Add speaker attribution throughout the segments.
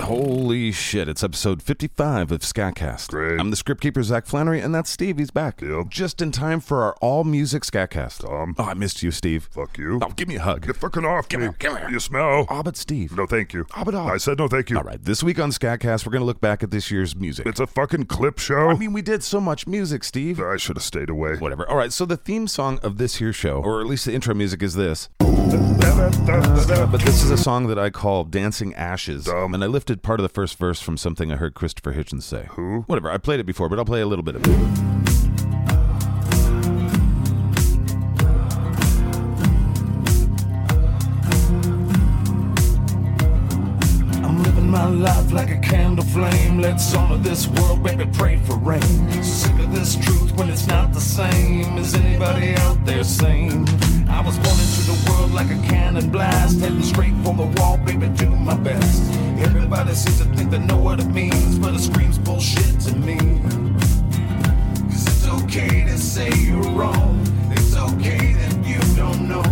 Speaker 1: Holy shit, it's episode 55 of Scatcast.
Speaker 2: Great.
Speaker 1: I'm the script keeper, Zach Flannery, and that's Steve. He's back.
Speaker 2: Yep.
Speaker 1: Just in time for our all music Scatcast.
Speaker 2: Tom.
Speaker 1: Oh, I missed you, Steve.
Speaker 2: Fuck you.
Speaker 1: Oh, give me a hug.
Speaker 2: Get fucking off
Speaker 1: Come
Speaker 2: me.
Speaker 1: here, come here.
Speaker 2: You smell?
Speaker 1: Ah, but Steve.
Speaker 2: No, thank you.
Speaker 1: Hob it off.
Speaker 2: I said no, thank you.
Speaker 1: All right, this week on Scatcast, we're going to look back at this year's music.
Speaker 2: It's a fucking clip show.
Speaker 1: I mean, we did so much music, Steve.
Speaker 2: I should have stayed away.
Speaker 1: Whatever. All right, so the theme song of this here show, or at least the intro music, is this. But this is a song that I call Dancing Ashes.
Speaker 2: Dumb.
Speaker 1: And I lifted part of the first verse from something I heard Christopher Hitchens say.
Speaker 2: Who?
Speaker 1: Whatever, I played it before, but I'll play a little bit of it.
Speaker 3: I'm living my life like a candle flame. Let's honor this world, baby. Pray for rain. Sick of this truth when it's not the same. Is anybody out there sane? I was born into the world like a cannon blast, heading straight for the wall, baby. Do my best. Everybody seems to think they know what it means, but it screams bullshit to me. Cause it's okay to say you're wrong. It's okay that you don't know.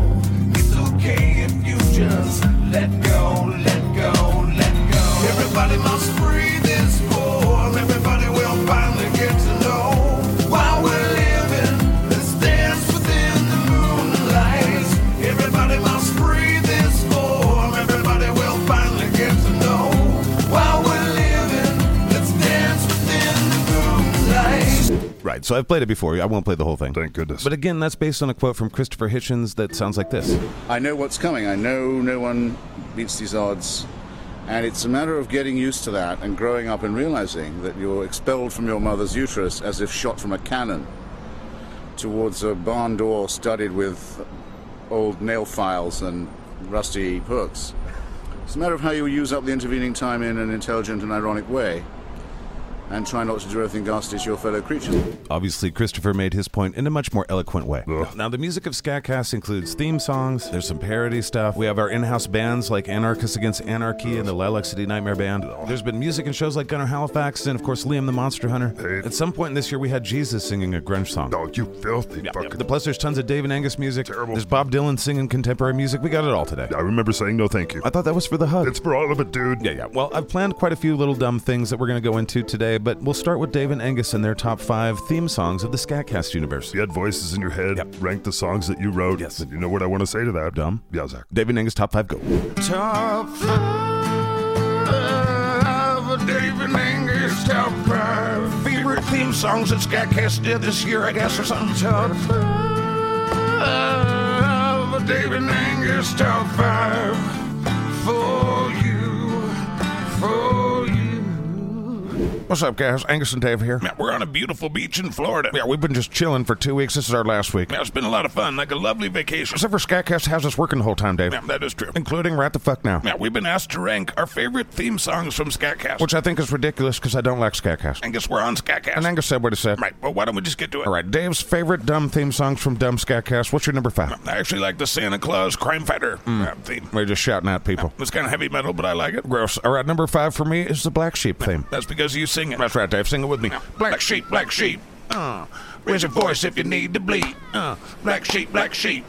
Speaker 3: It's okay if you just let go, let go, let go. Everybody must breathe this form. Everybody will finally get to know why we're living. Let's dance within the moonlight. Everybody must breathe this form. Everybody will finally get to know why we're living. Let's dance within the moonlight.
Speaker 1: Right, so I've played it before. I won't play the whole thing.
Speaker 2: Thank goodness.
Speaker 1: But again, that's based on a quote from Christopher Hitchens that sounds like this.
Speaker 4: I know what's coming. I know no one beats these odds. And it's a matter of getting used to that and growing up and realizing that you're expelled from your mother's uterus as if shot from a cannon towards a barn door studded with old nail files and rusty hooks. It's a matter of how you use up the intervening time in an intelligent and ironic way and try not to do anything ghastly to your fellow creatures.
Speaker 1: Obviously, Christopher made his point in a much more eloquent way.
Speaker 2: Ugh.
Speaker 1: Now, the music of Scatcast includes theme songs, there's some parody stuff. We have our in house bands like Anarchists Against Anarchy and the Lilac City Nightmare Band. There's been music in shows like Gunnar Halifax and, of course, Liam the Monster Hunter.
Speaker 2: Hey.
Speaker 1: At some point this year, we had Jesus singing a grunge song.
Speaker 2: Oh, you filthy fucking.
Speaker 1: The plus, there's tons of Dave and Angus music.
Speaker 2: Terrible.
Speaker 1: There's Bob Dylan singing contemporary music. We got it all today.
Speaker 2: I remember saying no, thank you.
Speaker 1: I thought that was for the hug.
Speaker 2: It's for all of it, dude.
Speaker 1: yeah, yeah. Well, I've planned quite a few little dumb things that we're going to go into today, but we'll start with Dave and Angus and their top five theme songs of the Scatcast universe.
Speaker 2: You had voices in your head. Rank the songs that you wrote.
Speaker 1: Yes.
Speaker 2: And you know what I want to say to that?
Speaker 1: Dumb.
Speaker 2: Yeah, Zach.
Speaker 1: Dave and Angus, top five, go.
Speaker 3: Top five, David Angus, top five. Favorite theme songs that Scatcast did this year, I guess, or something. Top five, David Angus, top five. For you, for you.
Speaker 1: What's up, guys? Angus and Dave here.
Speaker 3: Man, we're on a beautiful beach in Florida.
Speaker 1: Yeah, we've been just chilling for two weeks. This is our last week.
Speaker 3: Man, it's been a lot of fun, like a lovely vacation.
Speaker 1: Except for Skycast has us working the whole time, Dave.
Speaker 3: Man, that is true.
Speaker 1: Including right the fuck now.
Speaker 3: Man, we've been asked to rank our favorite theme songs from Scatcast.
Speaker 1: Which I think is ridiculous because I don't like Skycast.
Speaker 3: Angus, we're on Scatcast.
Speaker 1: And Angus said what he said.
Speaker 3: Right, well, why don't we just get to it?
Speaker 1: All right, Dave's favorite dumb theme songs from Dumb Skycast. What's your number five?
Speaker 3: I actually like the Santa Claus Crime Fighter uh, theme.
Speaker 1: We're just shouting at people.
Speaker 3: It's kind of heavy metal, but I like it.
Speaker 1: Mm. Gross. All right, number five for me is the Black Sheep theme.
Speaker 3: That's because you sing it.
Speaker 1: That's right, Dave. Sing it with me.
Speaker 3: Black sheep, black sheep. Uh, raise your voice if you need to bleed. Uh, black sheep, black sheep.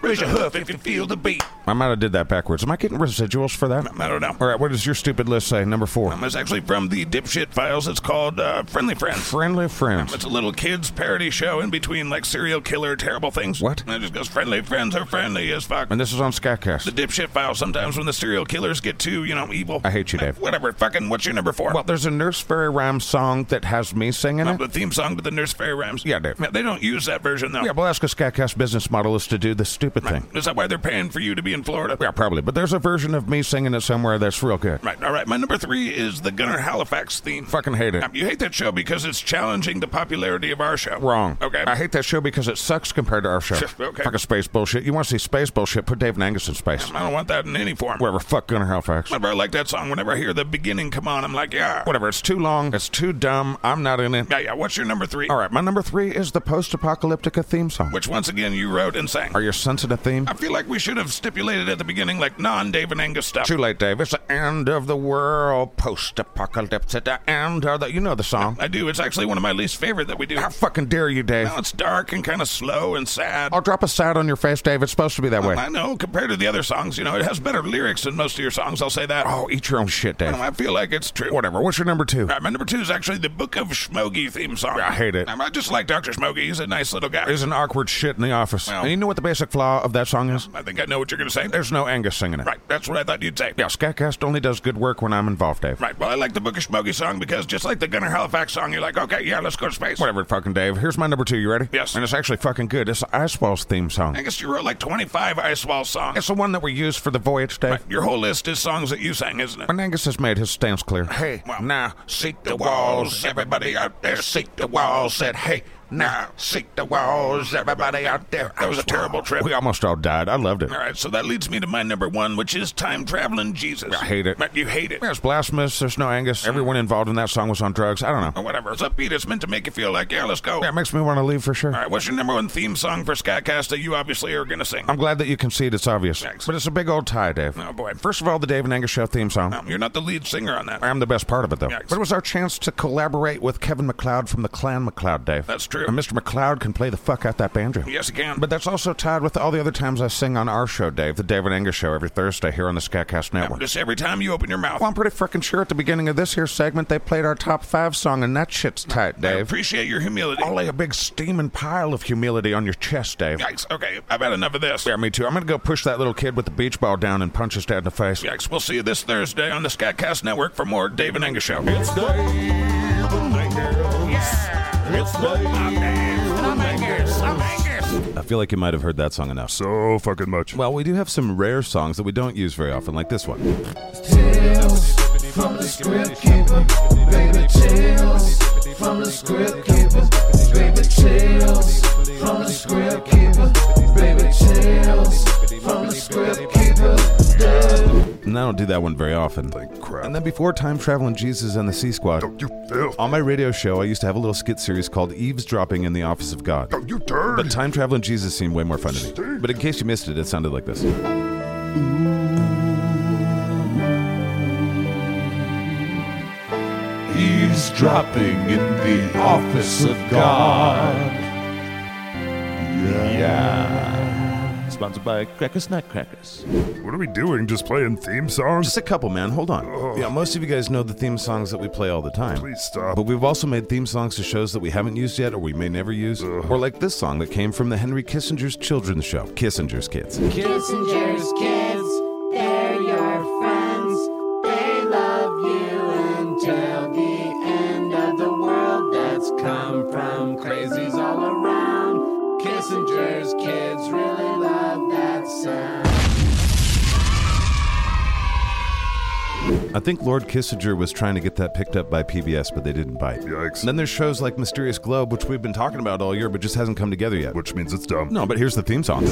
Speaker 3: Raise your hoof if you feel the beat.
Speaker 1: I might have did that backwards. Am I getting residuals for that?
Speaker 3: I don't know.
Speaker 1: All right, what does your stupid list say? Number four.
Speaker 3: Um, It's actually from the Dipshit Files. It's called uh, Friendly Friends.
Speaker 1: Friendly friends.
Speaker 3: It's a little kids parody show in between like serial killer terrible things.
Speaker 1: What?
Speaker 3: And it just goes friendly friends are friendly as fuck.
Speaker 1: And this is on
Speaker 3: the
Speaker 1: Skycast.
Speaker 3: dipshit files sometimes when the serial killers get too, you know, evil.
Speaker 1: I hate you, Dave.
Speaker 3: Whatever. Fucking what's your number four?
Speaker 1: Well, there's a Nurse Fairy Rhyme song that has me singing
Speaker 3: Uh,
Speaker 1: it.
Speaker 3: the theme song to the Nurse Fairy Rhymes.
Speaker 1: Yeah, Dave.
Speaker 3: they don't use that version though.
Speaker 1: Yeah, well, that's because Scatcast business model is to do the stupid thing.
Speaker 3: Is that why they're paying for you to be in Florida?
Speaker 1: Yeah, probably. But there's a version of me singing it somewhere that's real good.
Speaker 3: Right. All right. My number three is the Gunnar Halifax theme.
Speaker 1: Fucking hate it.
Speaker 3: Um, You hate that show because it's challenging the popularity of our show.
Speaker 1: Wrong.
Speaker 3: Okay.
Speaker 1: I hate that show because it sucks compared to our show.
Speaker 3: Sure, okay.
Speaker 1: Fucking space bullshit. You want to see space bullshit? Put Dave and Angus in space.
Speaker 3: I don't want that in any form.
Speaker 1: Whatever. Fuck Gunnar Halifax.
Speaker 3: Whenever I like that song, whenever I hear the beginning come on, I'm like, yeah.
Speaker 1: Whatever. It's too long. It's too dumb. I'm not in it.
Speaker 3: Yeah, yeah. What's your number three?
Speaker 1: All right. My number three is the post-apocalyptica theme song.
Speaker 3: Which once again you wrote and sang.
Speaker 1: Are your sensitive theme?
Speaker 3: I feel like we should have
Speaker 1: formulated at the beginning like non David Angus stuff. Too late, Dave. It's the end of the world, post apocalyptic. The end of the. You know the song. I do. It's actually one of my least favorite that we do. How fucking dare you, Dave? Now it's dark and kind of slow and sad. I'll drop a sad on your face, Dave. It's supposed to be that way. I know. Compared to the other songs, you know, it has better lyrics than most of your songs. I'll say that. Oh, eat your own shit, Dave. I feel like it's true. Whatever. What's your number two? my number two is actually the Book of Schmogi theme song. I hate it. I just like Dr. Smokey. He's a nice little guy. He's an awkward shit in the office. and you know what the basic flaw of that song is? I think I know what you're going to say. There's no Angus singing it. Right. That's what I thought you'd say. Yeah, Scatcast only does good work when I'm involved, Dave. Right. Well, I like the Book of Smokey song because just like the Gunnar Halifax song, you're like, okay, yeah, let's go to space. Whatever, fucking Dave. Here's my number two. You ready? Yes. And it's actually fucking good. It's Icewall's theme song. I guess you wrote like 25 Icewall songs. It's the one that we used for the voyage, Dave. Your whole list is songs that you sang, isn't it? When Angus has made his stance clear. Hey, well, now seek the walls, everybody out there. Seek the walls. Said, hey, now seek the walls, everybody out there. That was a terrible trip. We almost all died. I loved it. All right, so that leads me to my number one, which is time traveling Jesus. I hate it. But you hate it. There's blasphemous. There's no Angus. Everyone involved in that song was on drugs. I don't know. Whatever. It's upbeat. It's meant to make you feel like, yeah, let's go. Yeah, it makes me want to leave for sure. All right, what's your number one theme song for Skycast that you obviously are gonna sing? I'm glad that you concede it's obvious. Thanks. But it's a big old tie, Dave. Oh boy. First of all, the Dave and Angus Show theme song. you're not the lead singer on that. I'm the best part of it though. But it was our chance to collaborate with Kevin McLeod from the Clan McLeod, Dave. That's true. And Mr. McLeod can play the fuck out that banjo. Yes, he can. But that's also tied with all the other times I sing on our show, Dave, the David Angus Show, every Thursday here on the Scatcast Network. Just every time you open your mouth. Well, I'm pretty freaking sure at the beginning of this here segment they played our top five song, and that shit's tight, Dave. I appreciate your humility. I'll lay a big steaming pile of humility on your chest, Dave. Yikes. Okay, I've had enough of this. Yeah, me too. I'm gonna go push that little kid with the beach ball down and punch his dad in the face. Yikes. We'll see you this Thursday on the Scatcast Network for more David Angus Show.
Speaker 3: It's Dave and Angus. It's Dave and Angus.
Speaker 1: I feel like you might have heard that song enough.
Speaker 2: So fucking much.
Speaker 1: Well, we do have some rare songs that we don't use very often, like this one.
Speaker 3: Tales from the script keeper, baby tales from the script keeper, baby tales from the script keeper, baby tales from the script keeper.
Speaker 1: And I don't do that one very often.
Speaker 2: Thank crap.
Speaker 1: And then before Time Traveling Jesus and the Sea Squad,
Speaker 2: Don't you filth.
Speaker 1: on my radio show, I used to have a little skit series called Eavesdropping in the Office of God.
Speaker 2: Don't you
Speaker 1: But
Speaker 2: turd.
Speaker 1: Time Traveling Jesus seemed way more fun to me. But in case you missed it, it sounded like this.
Speaker 3: Eavesdropping in the office of God.
Speaker 5: Sponsored by Crackers Nutcrackers.
Speaker 2: What are we doing? Just playing theme songs?
Speaker 1: Just a couple, man. Hold on. Yeah, most of you guys know the theme songs that we play all the time.
Speaker 2: Please stop.
Speaker 1: But we've also made theme songs to shows that we haven't used yet or we may never use. Or like this song that came from the Henry Kissinger's Children's Show, Kissinger's Kids.
Speaker 6: Kissinger's kids, they're your friends. They love you until the end of the world that's come from crazies all around. Kissinger's kids really love that sound.
Speaker 1: I think Lord Kissinger was trying to get that picked up by PBS, but they didn't bite.
Speaker 2: Yikes.
Speaker 1: And then there's shows like Mysterious Globe, which we've been talking about all year, but just hasn't come together yet.
Speaker 2: Which means it's dumb.
Speaker 1: No, but here's the theme song.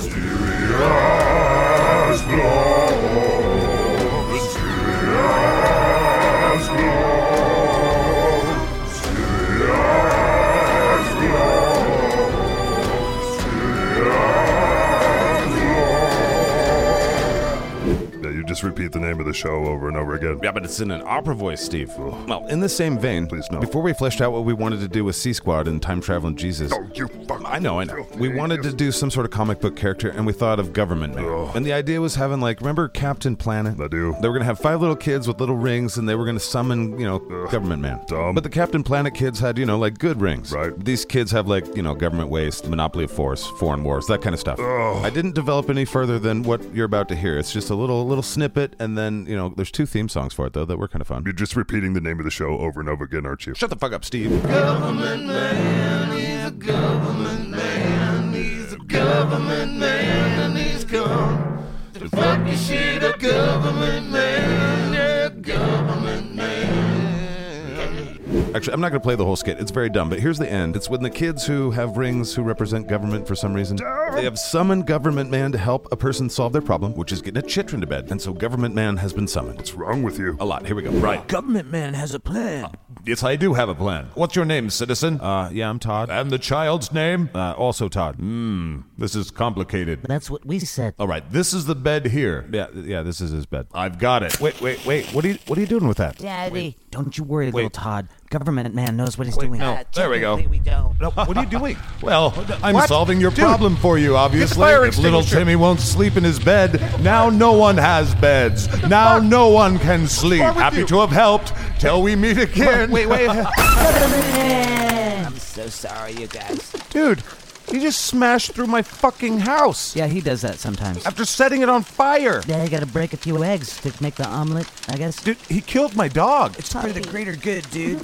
Speaker 2: Yeah, you just repeat the name of the show over and over again.
Speaker 1: Yeah, but it's in an opera voice, Steve. Well, in the same vein,
Speaker 2: Please, no.
Speaker 1: before we fleshed out what we wanted to do with Sea Squad and Time Traveling Jesus,
Speaker 2: Don't you fuck.
Speaker 1: I know, I know. We wanted to do some sort of comic book character, and we thought of Government Man.
Speaker 2: Ugh.
Speaker 1: And the idea was having, like, remember Captain Planet?
Speaker 2: I do.
Speaker 1: They were going to have five little kids with little rings, and they were going to summon, you know, Government Man.
Speaker 2: Dumb.
Speaker 1: But the Captain Planet kids had, you know, like good rings.
Speaker 2: Right.
Speaker 1: These kids have, like, you know, government waste, monopoly of force, foreign wars, that kind of stuff.
Speaker 2: Oh,
Speaker 1: I didn't develop any further than what you're about to hear. It's just a little little snippet, and then, you know, there's two theme songs for it, though, that were kind of fun.
Speaker 2: You're just repeating the name of the show over and over again, aren't you?
Speaker 1: Shut the fuck up, Steve.
Speaker 3: Government man, he's a government man, he's a government man, and he's come to fuck your shit up, government man, yeah, government man.
Speaker 1: Actually, I'm not going to play the whole skit. It's very dumb, but here's the end. It's when the kids who have rings who represent government for some reason, they have summoned Government Man to help a person solve their problem, which is getting a chitrin to bed. And so Government Man has been summoned. It's
Speaker 2: What's wrong with you?
Speaker 1: a lot. Here we go. Right.
Speaker 5: Government man has a plan.
Speaker 1: Uh, Yes, I do have a plan. What's your name, citizen?
Speaker 7: Uh, yeah, I'm Todd.
Speaker 1: and the child's name? Uh, also Todd. Hmm, this is complicated.
Speaker 6: That's what we said.
Speaker 1: All right, this is the bed here.
Speaker 7: Yeah, th- yeah, this is his bed.
Speaker 1: I've got it. Wait, wait, wait. What are you, what are you doing with that?
Speaker 6: Daddy, don't you worry, little Todd. Government man knows what he's doing.
Speaker 1: no. There we go.
Speaker 6: technically We don't.
Speaker 1: No, what are you doing? well, I'm
Speaker 7: What?
Speaker 1: solving your
Speaker 7: Dude,
Speaker 1: problem for you, obviously.
Speaker 7: fire
Speaker 1: If little
Speaker 7: extinguisher.
Speaker 1: Timmy won't sleep in his bed, now no one has beds. Now no one can sleep.
Speaker 7: wrong with
Speaker 1: Happy
Speaker 7: you?
Speaker 1: to have helped. Till we meet again.
Speaker 7: Wait, wait,
Speaker 6: I'm so sorry, you guys.
Speaker 7: dude! He just smashed through my fucking house
Speaker 6: Yeah, he does that sometimes.
Speaker 7: after setting it on fire.
Speaker 6: Yeah, I gotta break a few eggs to make the omelet, I guess.
Speaker 7: Dude, he killed my dog.
Speaker 6: It's for the greater good, dude.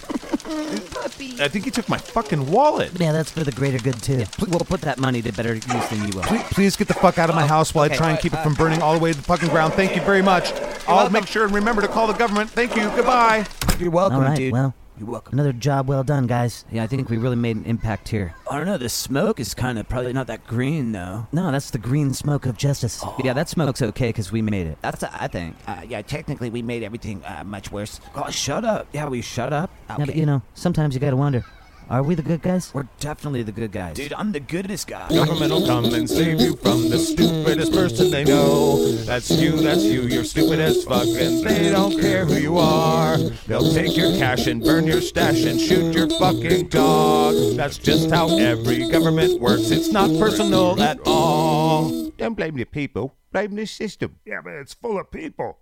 Speaker 7: I think he took my fucking wallet.
Speaker 6: Yeah, that's for the greater good, too. Pl- We'll put that money to better use than you will.
Speaker 7: Please, please get the fuck out of my house while I
Speaker 6: okay.
Speaker 7: try and keep it from burning all the way to the fucking ground. Thank you very much. I'll make sure and remember to call the government. Thank you. Goodbye.
Speaker 8: You're welcome,
Speaker 6: All right,
Speaker 8: dude.
Speaker 6: well,
Speaker 8: You're welcome.
Speaker 6: another job well done, guys. Yeah, I think we really made an impact here.
Speaker 8: I don't know. The smoke is kind of probably not that green though.
Speaker 6: No, that's the green smoke of justice. Yeah, that smoke's okay because we made it.
Speaker 8: That's I think. Uh, yeah, technically we made everything uh, much worse. Oh, shut up. Yeah, we shut up. Okay.
Speaker 6: Yeah, but you know, sometimes you gotta wonder, are we the good guys?
Speaker 8: We're definitely the good guys. Dude, I'm the goodest guy.
Speaker 9: Government will come and save you from the stupidest person they know. That's you, that's you, you're stupid as fuck, and they don't care who you are. They'll take your cash and burn your stash and shoot your fucking dog. That's just how every government works, it's not personal at all. Don't blame the people, blame the system.
Speaker 2: Yeah, but it's full of people.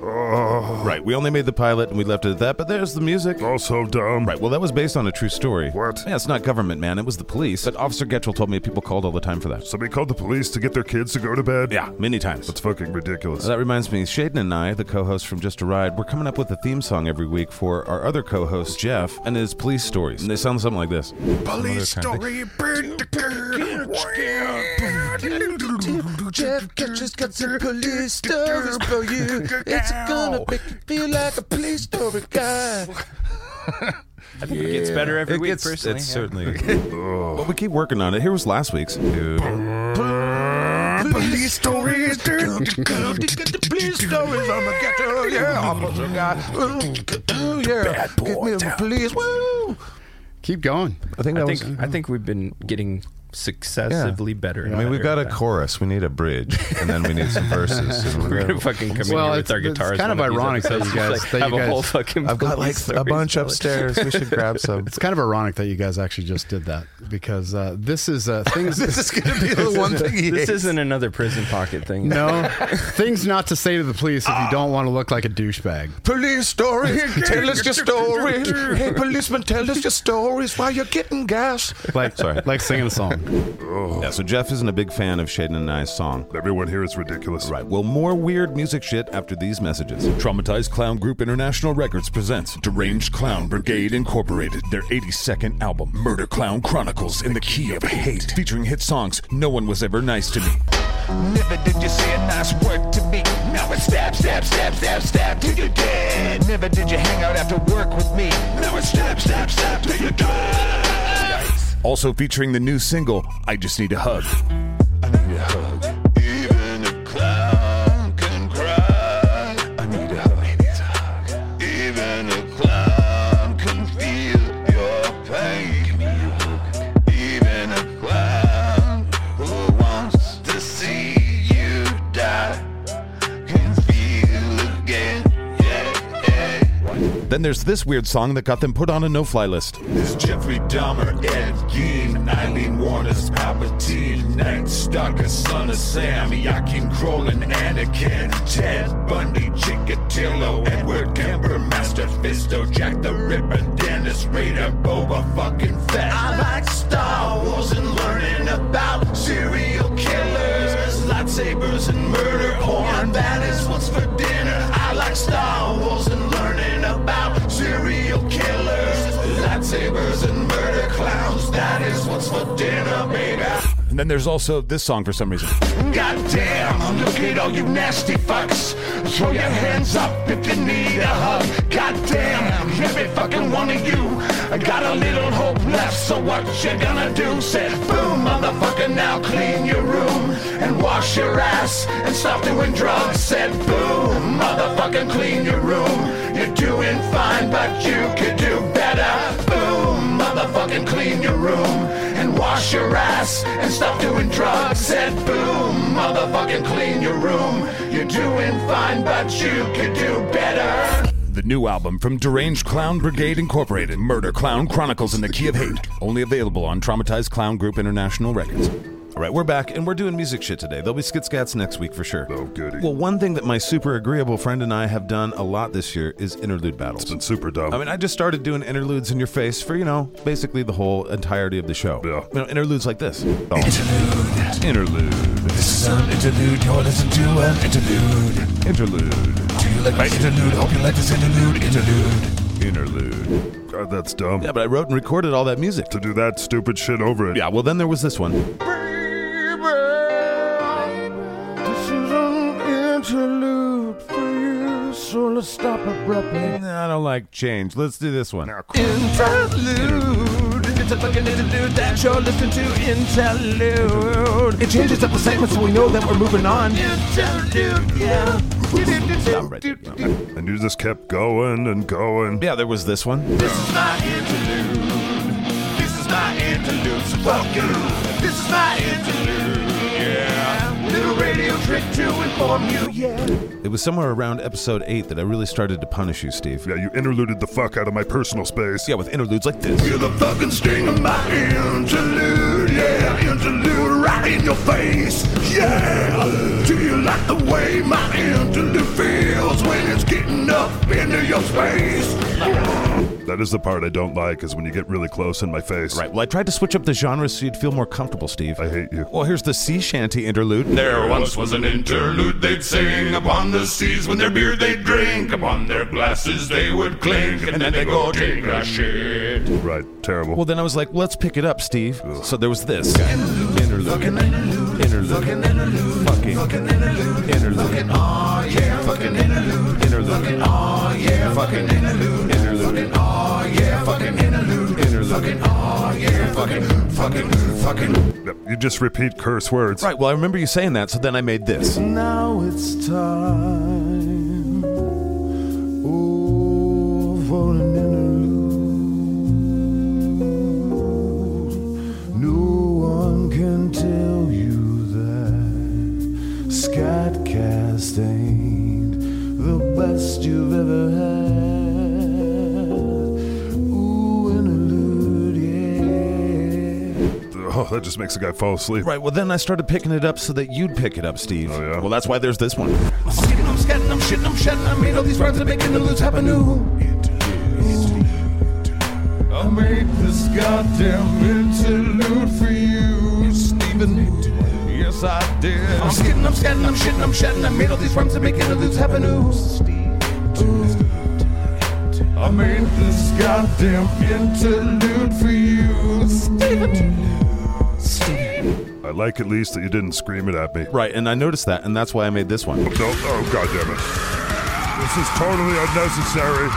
Speaker 1: Right, we only made the pilot and we left it at that, but there's the music.
Speaker 2: Also dumb.
Speaker 1: Right, well, that was based on a true story.
Speaker 2: What?
Speaker 1: Yeah, it's not government, man. It was the police. But Officer Getchell told me people called all the time for that.
Speaker 2: Somebody called the police to get their kids to go to bed?
Speaker 1: Yeah, many times.
Speaker 2: That's fucking ridiculous.
Speaker 1: That reminds me, Shaden and I, the co hosts from Just a Ride, we're coming up with a theme song every week for our other co host, Jeff, and his police stories. And they sound something like this.
Speaker 3: Police story, bird
Speaker 9: Jeff Ketch's got some police stories for you. It's gonna make you feel like a police story guy.
Speaker 10: It gets better every
Speaker 1: It
Speaker 10: week,
Speaker 1: gets-
Speaker 10: personally.
Speaker 1: it's
Speaker 10: yeah.
Speaker 1: certainly. but we keep working on it. Here was last week's.
Speaker 3: Police stories. Police stories on the ghetto, yeah. Officer guy. Ooh, yeah. Bad boy Give me the police. Woo.
Speaker 11: Keep going.
Speaker 1: I think
Speaker 10: I
Speaker 1: that
Speaker 10: think
Speaker 1: was.
Speaker 10: I think we've been getting successively better. and
Speaker 1: I mean, we've got
Speaker 10: better
Speaker 1: a
Speaker 10: at that.
Speaker 1: chorus. We need a bridge, and then we need some verses. and
Speaker 10: We're
Speaker 1: we're-
Speaker 10: gonna fucking come
Speaker 11: Well,
Speaker 10: in
Speaker 11: it's-
Speaker 10: here with our
Speaker 11: it's
Speaker 10: guitars.
Speaker 11: kind of
Speaker 10: one these
Speaker 11: ironic that you
Speaker 10: episodes,
Speaker 11: guys-
Speaker 10: like,
Speaker 11: that you
Speaker 10: have a
Speaker 11: guys-
Speaker 10: whole fucking.
Speaker 1: I've got like
Speaker 10: police
Speaker 1: a
Speaker 10: stories
Speaker 1: bunch
Speaker 10: to tell.
Speaker 1: upstairs. We should grab some.
Speaker 11: It's kind of ironic that you guys actually just did that because uh, this is uh, things.
Speaker 1: this is going to be the one thing he
Speaker 10: This
Speaker 1: hates.
Speaker 10: isn't another prison pocket thing.
Speaker 11: no things not to say to the police if you don't want to look like a douchebag.
Speaker 3: Police story. Tell us your stories. Hey, policeman, tell us your stories while you're getting gas.
Speaker 11: Like
Speaker 1: Sorry.
Speaker 11: like singing a song.
Speaker 1: Yeah, so Jeff isn't a big fan of Shaden and I's song.
Speaker 2: Everyone here is ridiculous.
Speaker 1: Right, well, more weird music shit after these messages. Traumatized Clown Group International Records presents
Speaker 3: Deranged Clown Brigade Incorporated, their 82nd album, Murder Clown Chronicles in the Key of Hate, featuring hit songs No One Was Ever Nice to Me. Never did you say a nice word to me. Now it's stab, stab, stab, stab, stab till you're dead. Never did you hang out after work with me. Now it's stab, stab, stab till you're dead. Also featuring the new single, I Just Need a Hug. I need a hug. Even a clown can cry. I need a hug. Even a clown can feel your pain. Even a clown who wants to see you die can feel again. Yeah, yeah.
Speaker 1: Then there's this weird song that got them put on a no fly list.
Speaker 3: It's Jeffrey Dahmer, Ed Gein, Eileen Warner's Palpatine, Night Stalker, Son of Sam, Joachim Crowlin, Anakin, Ted Bundy, Chikatilo, Edward Kemper, Master Fisto, Jack the Ripper, Dennis Rader, Boba fucking Fett. I like Star Wars and learning about serial killers, lightsabers and murder, or that is what's for dinner. I like Star Wars and learning about serial killers, lightsabers and murder clowns. That is what's for dinner, baby.
Speaker 1: And then there's also this song for some reason.
Speaker 3: Goddamn, look at all you nasty fucks. Throw your hands up if you need a hug. Goddamn, every fucking one of you. I got a little hope left, so what you gonna do? Said boom, motherfucker, now clean your room and wash your ass and stop doing drugs. Said boom, motherfucking clean your room. You're doing fine, but you could do dog and clean your room and wash your ass and stop doing drugs. Said boom, motherfucking clean your room. You're doing fine, but you could do better.
Speaker 12: The new album from Deranged Clown Brigade Incorporated, Murder Clown Chronicles in the Key of Hate, only available on Traumatized Clown Group International Records.
Speaker 1: All right, we're back and we're doing music shit today. There'll be skit scats next week for sure. Oh, goody. Well, one thing that my super agreeable friend and I have done a lot this year is interlude battles. It's been
Speaker 2: super dumb.
Speaker 1: I mean, I just started doing interludes in your face for, you know, basically the whole entirety of the show. Yeah. Oh. You know, interludes like this. Interlude. Interlude.
Speaker 3: This is an interlude, you're listening to an interlude. Interlude. Do you like my interlude? Hope you like this interlude. Interlude.
Speaker 2: Interlude. God, that's dumb. Yeah,
Speaker 1: but I wrote and recorded all that music.
Speaker 2: To do that stupid shit over it.
Speaker 1: Yeah, well, then there was this one.
Speaker 3: This is an interlude for you, so let's stop abruptly.
Speaker 1: I don't like change. Let's do this one.
Speaker 3: Interlude. It's a fucking interlude that you're listening to. Interlude. It changes up the segment so we know that we're moving on. Interlude, yeah.
Speaker 2: And you just kept going and going.
Speaker 1: Yeah, there was this one.
Speaker 3: This is my interlude. This is my interlude. So fuck you. This is my interlude. Yeah. Little radio trick to inform you. Yeah.
Speaker 1: It was somewhere around episode 8 that I really started to punish you, Steve.
Speaker 2: Yeah, you interluded the fuck out of my personal space.
Speaker 1: Yeah, with interludes like this.
Speaker 3: You're the fucking sting of my interlude. Yeah, interlude right in your face. Yeah. Do you like the way my interlude feels when it's getting up into your space?
Speaker 2: That is the part I don't like, is when you get really close in my face.
Speaker 1: Right, well, I tried to switch up the genres so you'd feel more comfortable, Steve. I
Speaker 2: hate you.
Speaker 1: Well, here's the sea shanty interlude.
Speaker 3: There once was an interlude they'd sing upon the seas when their beer they'd drink, upon their glasses they would clink, and then they go take a shit.
Speaker 2: Right, terrible.
Speaker 1: Well, then I was like, let's pick it up, Steve. So there was this. Interlude.
Speaker 3: Fucking interlude, interlude, fucking interlude, fucking, fucking interlude, interlude, fucking aw yeah, fucking interlude, interlude, fucking aw yeah, fucking interlude, interlude, fucking aw yeah, fucking interlude, interlude, fucking aw yeah, fucking, fucking, fucking.
Speaker 2: Yep, You just repeat curse words.
Speaker 1: Right, well, I remember you saying that, so then I made this.
Speaker 3: Now it's time. Oh, for an interlude. No one can tell you that Scatcast ain't the best you've ever had. Ooh, interlude, yeah.
Speaker 2: Oh, that just makes a guy fall asleep.
Speaker 1: Right, well, then I started picking it up so that you'd pick it up, Steve. Oh, yeah. Well, that's why there's this one.
Speaker 3: I'm skipping, I'm scatting, I'm shitting, I'm shedding. I made all these rhymes to make interludes happen new. I made this goddamn interlude for you, Stephen. Yes, I did. I'm skidding, I'm scatting, I'm shitting, I'm shedding. I made all these rhymes to make interludes happen new. I made this goddamn interlude for you, Stephen.
Speaker 2: I like at least that you didn't scream it at me.
Speaker 1: Right, and I noticed that, and that's why I made this one.
Speaker 2: No, oh, god damn it. This is totally unnecessary.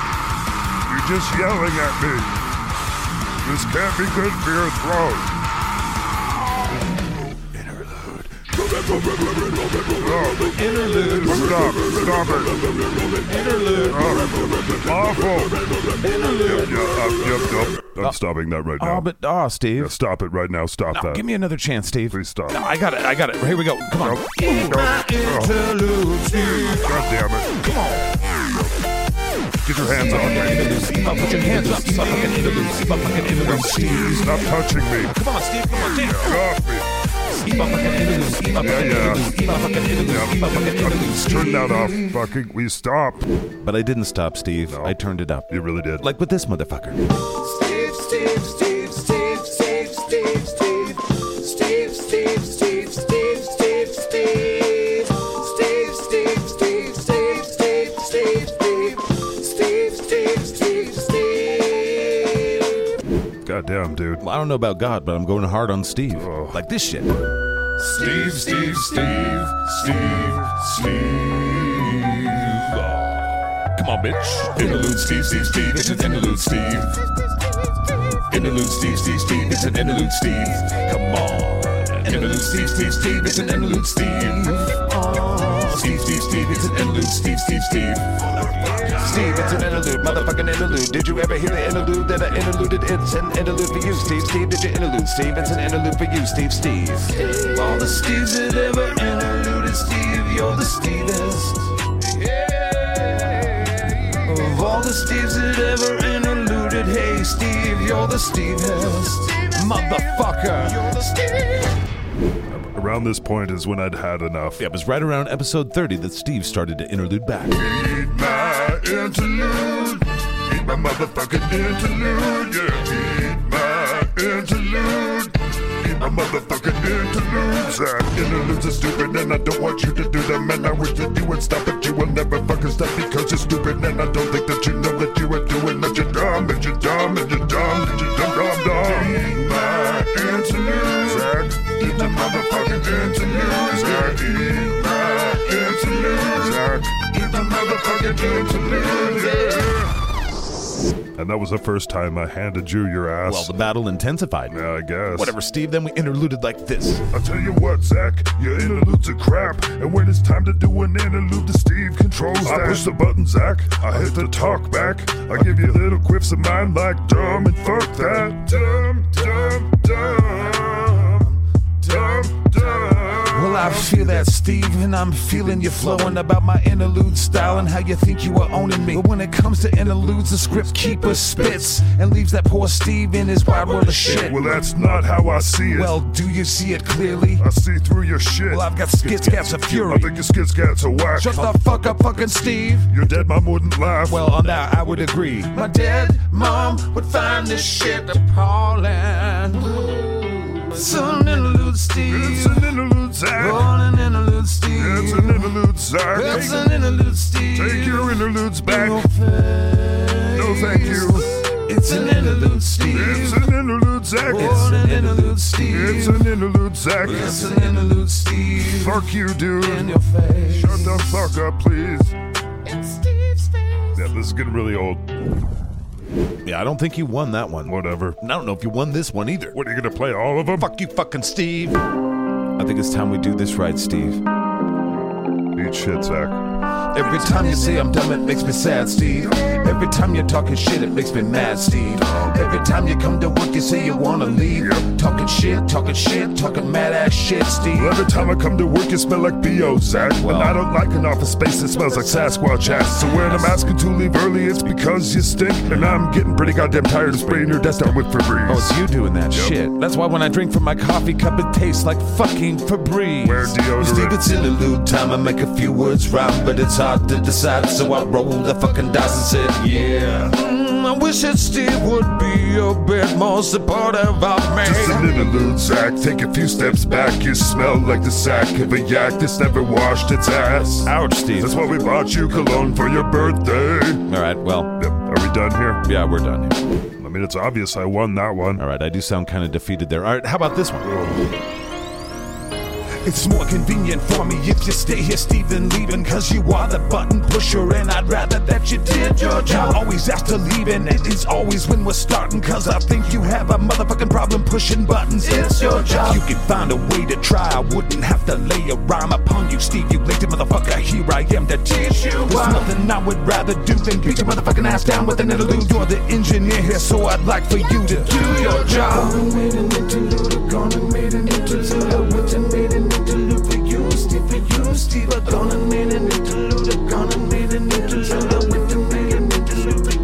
Speaker 2: You're just yelling at me. This can't be good for your throat. Interlude. Interlude. Stop it. Stop it. Interlude. awful. Interlude. Yep, yep, yep, yep. I'm stopping that right now.
Speaker 1: Oh, but, oh, Steve.
Speaker 2: Yeah, stop it right now. Stop that.
Speaker 1: Give me another chance, Steve.
Speaker 2: Please stop.
Speaker 1: No, I got it, I got it. Here we go. Come on.
Speaker 3: My interlude, Steve.
Speaker 2: God damn it.
Speaker 3: Come on.
Speaker 2: Get your hands off me.
Speaker 3: Stop, put your hands up. Stop fucking interlude. Stop fucking interlude. Steve.
Speaker 2: Stop touching me.
Speaker 3: Come on, Steve. Come on, Steve.
Speaker 2: Get off me.
Speaker 3: Steve, I'm fucking interlude. Steve, I'm fucking
Speaker 2: yeah.
Speaker 3: interlude. Steve, I'm fucking interlude. Steve, I'm fucking interlude.
Speaker 2: Turn that off. Fucking. We stop.
Speaker 1: But I didn't stop, Steve. I turned it up.
Speaker 2: You really did.
Speaker 1: Like with this motherfucker.
Speaker 3: Steve, Steve, Steve, Steve, Steve, Steve, Steve, Steve, Steve, Steve, Steve, Steve, Steve, Steve, Steve, Steve, Steve, Steve, Steve, Steve, Steve, Steve, Steve, Steve.
Speaker 2: God damn, dude.
Speaker 1: Well, I don't know about God, but I'm going hard on Steve. Like this shit.
Speaker 3: Steve, Steve, Steve, Steve, Steve. Aw, Come on, bitch. Interlude, Steve, Steve, Steve. It's an interlude, Steve. Interlude, Steve, Steve, Steve. It's an interlude, Steve. Come on. Interlude, Steve, Steve, Steve. It's an interlude, Steve. Steve, Steve, Steve. It's an interlude, Steve, Steve, Steve.
Speaker 13: Steve, it's an interlude, motherfucking interlude. Did you ever hear the interlude that I interluded? It's an interlude for you, Steve. Steve, did you interlude? Steve, it's an interlude for you, Steve. Steve.
Speaker 3: All the Steves that ever interluded Steve, you're the Stevest. Yeah. Of all the Steves that ever interluded, hey Steve, you're the Stevest. Motherfucker. You're the Steve.
Speaker 1: Around this point is when I'd had enough. Yeah, it was right around episode 30 that Steve started to interlude back.
Speaker 2: My interlude. Eat my motherfucking interlude. Yeah. Eat my interlude. Eat my motherfucking interludes. Uh, interludes are stupid and I don't want you to do them. And I wish that you would stop, but you will never fucking stop because you're stupid. And I don't think that you know that you are doing that. You're dumb, that you're dumb, that you're dumb, that you're dumb, dumb, dumb. Eat my interludes. Uh, eat my motherfucking interludes. Uh, eat my interludes. Uh, eat my motherfucking interludes. Yeah.
Speaker 12: And that was the first time I handed you your ass.
Speaker 1: Well, the battle intensified.
Speaker 12: Yeah, I guess.
Speaker 1: Whatever, Steve. Then we interluded like this.
Speaker 2: I tell you what, Zach, your interludes are crap. And when it's time to do an interlude, the Steve controls I
Speaker 12: that.
Speaker 2: push the button, Zach. I hit the talk back. I give you little quips of mine like dumb and fuck that. Dumb, dumb, dumb. Dumb, dumb.
Speaker 3: Well, I feel that, Steve, and I'm feeling you flowing about my interlude style and how you think you are owning me. But when it comes to interludes, the script keeper spits and leaves that poor Steve in his wide world of shit.
Speaker 2: Well, that's not how I see it.
Speaker 3: Well, do you see it clearly?
Speaker 2: I see through your shit.
Speaker 3: Well, I've got skits, gaps of fury.
Speaker 2: I think your skits cats are whack.
Speaker 3: Shut the fuck up, fucking Steve.
Speaker 2: Your dead mom wouldn't laugh.
Speaker 3: Well, on that, I would agree.
Speaker 13: My dead mom would find this shit appalling.
Speaker 3: It's an interlude, Steve.
Speaker 2: It's an interlude, Zach.
Speaker 3: Oh, an interlude, Steve.
Speaker 2: It's an interlude, Zach.
Speaker 3: It's an interlude, Steve.
Speaker 2: Take your interludes back. No, thank you.
Speaker 3: It's an interlude, Steve.
Speaker 2: It's an interlude, Zach.
Speaker 3: Oh, an interlude, Steve.
Speaker 2: It's an interlude, Zach.
Speaker 3: It's an interlude, Steve.
Speaker 2: Fuck you, dude.
Speaker 3: In your face.
Speaker 2: Shut the fuck up, please.
Speaker 3: In Steve's face.
Speaker 12: Yeah, this is getting really old.
Speaker 1: Yeah, I don't think you won that one.
Speaker 12: Whatever.
Speaker 1: And I don't know if you won this one either.
Speaker 12: What are you gonna play? All of them?
Speaker 1: Fuck you, fucking Steve. I think it's time we do this right, Steve.
Speaker 12: Eat shit, Zach.
Speaker 3: Every time you say I'm dumb, it makes me sad, Steve. Every time you're talking shit, it makes me mad, Steve. Every time you come to work, you say you wanna leave. Talking shit, talking shit, talking mad ass shit, Steve.
Speaker 2: Every time I come to work, you smell like B.O., Zach. and I don't like an office space that smells like Sasquatch ass. So when I'm asking to leave early, it's because you stink. And I'm getting pretty goddamn tired of spraying your desk down with Febreze.
Speaker 3: Oh, it's you doing that shit. That's why when I drink from my coffee cup, it tastes like fucking Febreze.
Speaker 2: Wear deodorant.
Speaker 3: Steve, it's interlude time. I make a few words rhyme, but it's hard to decide. So I rolled the fucking dice and said, Yeah. Mm, I wish that Steve would be a bit more supportive of me.
Speaker 2: Just an interlude, Zach. Take a few steps back. You smell like the sack of a yak that's never washed its ass.
Speaker 1: Ouch, Steve.
Speaker 2: That's why we bought you cologne for your birthday.
Speaker 1: All right, well,
Speaker 2: Yep. Are we done here?
Speaker 1: yeah, we're done here.
Speaker 2: I mean, it's obvious I won that one.
Speaker 1: All right, I do sound kind of defeated there. All right, how about this one?
Speaker 3: It's more convenient for me if you stay here, Steve, than leaving. Cause you are the button pusher, and I'd rather that you did your job. Always after leaving, and it's always when we're starting. Cause I think you have a motherfucking problem pushing buttons. It's your job. You can find a way to try. I wouldn't have to lay a rhyme upon you, Steve. You lazy motherfucker. Here I am to teach you. There's nothing I would rather do than beat your motherfucking ass down with an interlude. You're the engineer here, so I'd like for you to do your job.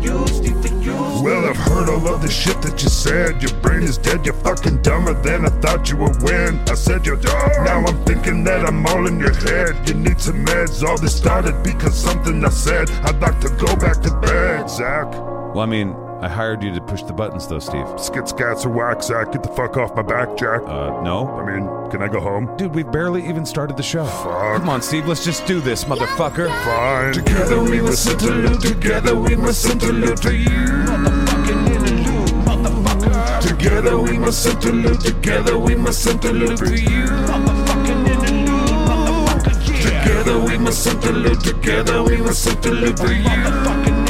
Speaker 2: Well, I've heard all of the shit that you said. Your brain is dead. You're fucking dumber than I thought you were when I said you're dumb. Now I'm thinking that I'm all in your head. You need some meds. All this started because something I said. I'd like to go back to bed, Zach.
Speaker 1: Well, I mean, I hired you to push the buttons, though, Steve.
Speaker 2: Skits, cats, or whack, Zach. Get the fuck off my back, Jack.
Speaker 1: Uh, no?
Speaker 2: I mean, can I go home?
Speaker 1: Dude, we barely even started the show.
Speaker 2: Fuck.
Speaker 1: Come on, Steve, let's just do this, motherfucker.
Speaker 2: Fine.
Speaker 3: Together we must interlude, together we must interlude to you. Motherfucking interlude, motherfucker. Together we must interlude, together we must interlude to you. Motherfucking interlude, motherfucker, yeah. Together we must interlude, together we must interlude to you. Motherfucking interlude to you, motherfucker.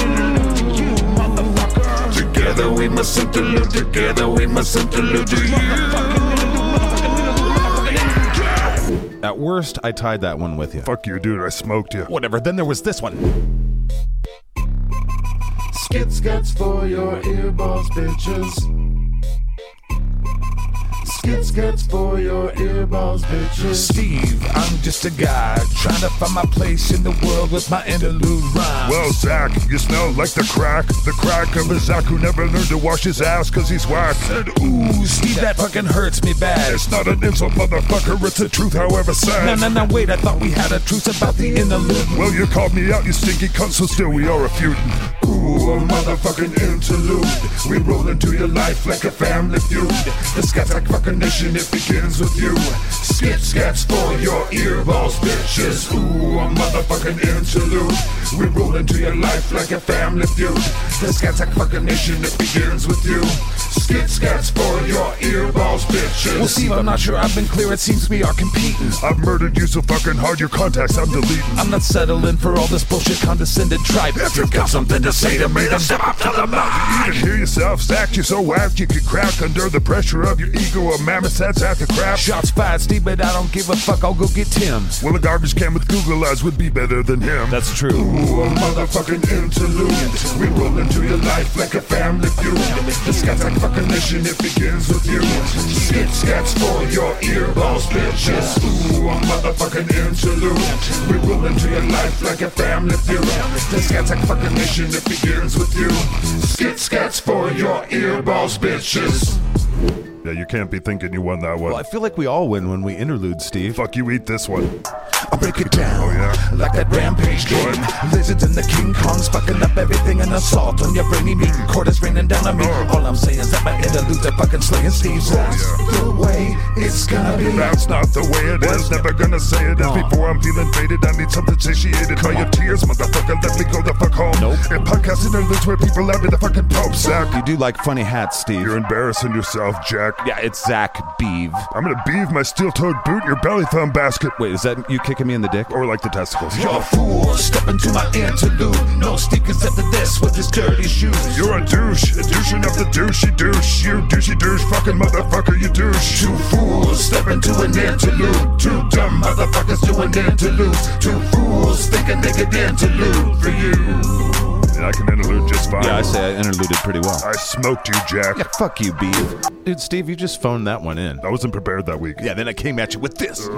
Speaker 3: Together we must interlude, together we must interlude to you.
Speaker 1: At worst, I tied that one with you.
Speaker 2: Fuck you, dude. I smoked you.
Speaker 1: Whatever, then there was this one.
Speaker 3: Skit scats for your earballs, bitches. Skit scats for your earballs, bitches. Steve, I'm just a guy trying to find my place in the world with my interlude rhyme.
Speaker 2: Well, Zach, you smell like the crack. The crack of a Zach who never learned to wash his ass cause he's whack. Said, ooh, Steve, that fucking hurts me bad. It's not an insult, motherfucker, it's the truth, however sad.
Speaker 3: No, no, no, wait, I thought we had a truce about the interlude.
Speaker 2: Well, you called me out, you stinky cunt, so still we are refuting.
Speaker 3: Ooh, a motherfucking interlude. We roll into your life like a family feud. The Scat Sack fucking nation, it begins with you. Skit scats for your earballs, bitches. Ooh, a motherfucking interlude. We roll into your life like a family feud. The Scat Sack fucking nation, it begins with you. Skit scats for your earballs, bitches.
Speaker 2: Well, Steve, I'm not sure I've been clear. It seems we are competing. I've murdered you so fucking hard, your contacts I'm deleting.
Speaker 3: I'm not settling for all this bullshit condescending tribe. If you've got something to say to me, then step up to the mic.
Speaker 2: You can hear yourself, Zach. You're so whacked, you could crack under the pressure of your ego. A mammoth sets at the crap.
Speaker 3: Shots fired, Steve, but I don't give a fuck. I'll go get Tim's.
Speaker 2: Well, a garbage can with Google Eyes would be better than him.
Speaker 1: That's true.
Speaker 3: Ooh, a motherfucking interlude. We roll into your life like a family feud. The scats like fucking nation, it begins with you. Skit scats for your earballs, bitches. Ooh, a motherfucking interlude. We roll into your life like a family feud. The scats like fucking nation, it begins with you. Skit scats for your earballs, bitches.
Speaker 2: Yeah, you can't be thinking you won that one.
Speaker 1: I feel like we all win when we interlude, Steve.
Speaker 2: Fuck, you eat this one. Oh,
Speaker 3: I'll break it down like that rampage game. Lizards and the King Kongs fucking up everything and assault on your brainy meat. Quarters raining down on me.
Speaker 2: Oh.
Speaker 3: All I'm saying is that my interludes are fucking slaying Steve's ass. The way it's gonna be.
Speaker 2: That's not the way it is. Never gonna say it is before I'm feeling faded. I need something satiated by your tears, motherfucker. Let me go the fuck home. Nope. And podcast interludes where people out to the fucking Pope, Zach.
Speaker 1: You do like funny hats, Steve.
Speaker 2: You're embarrassing yourself, Jack.
Speaker 1: Yeah, it's Zach Beeve.
Speaker 2: I'm gonna beeve my steel toed boot in your belly thumb basket.
Speaker 1: Wait, is that you kicking me in the dick?
Speaker 2: Or like the testicles?
Speaker 3: You're a fool, step into my interlude. No sneakers at the desk with his dirty shoes.
Speaker 2: You're a douche, a douche enough to douchey douche. You douchey douche, fucking motherfucker, you douche.
Speaker 3: Two fools, step into an interlude. Two dumb motherfuckers doing interludes. Two fools thinking they could interlude for you.
Speaker 2: Yeah, I can interlude just fine.
Speaker 1: Yeah, I say I interluded pretty well.
Speaker 2: I smoked you, Jack.
Speaker 1: Yeah, fuck you, Beeve. Dude, Steve, you just phoned that one in.
Speaker 2: I wasn't prepared that week.
Speaker 1: Yeah, then I came at you with this.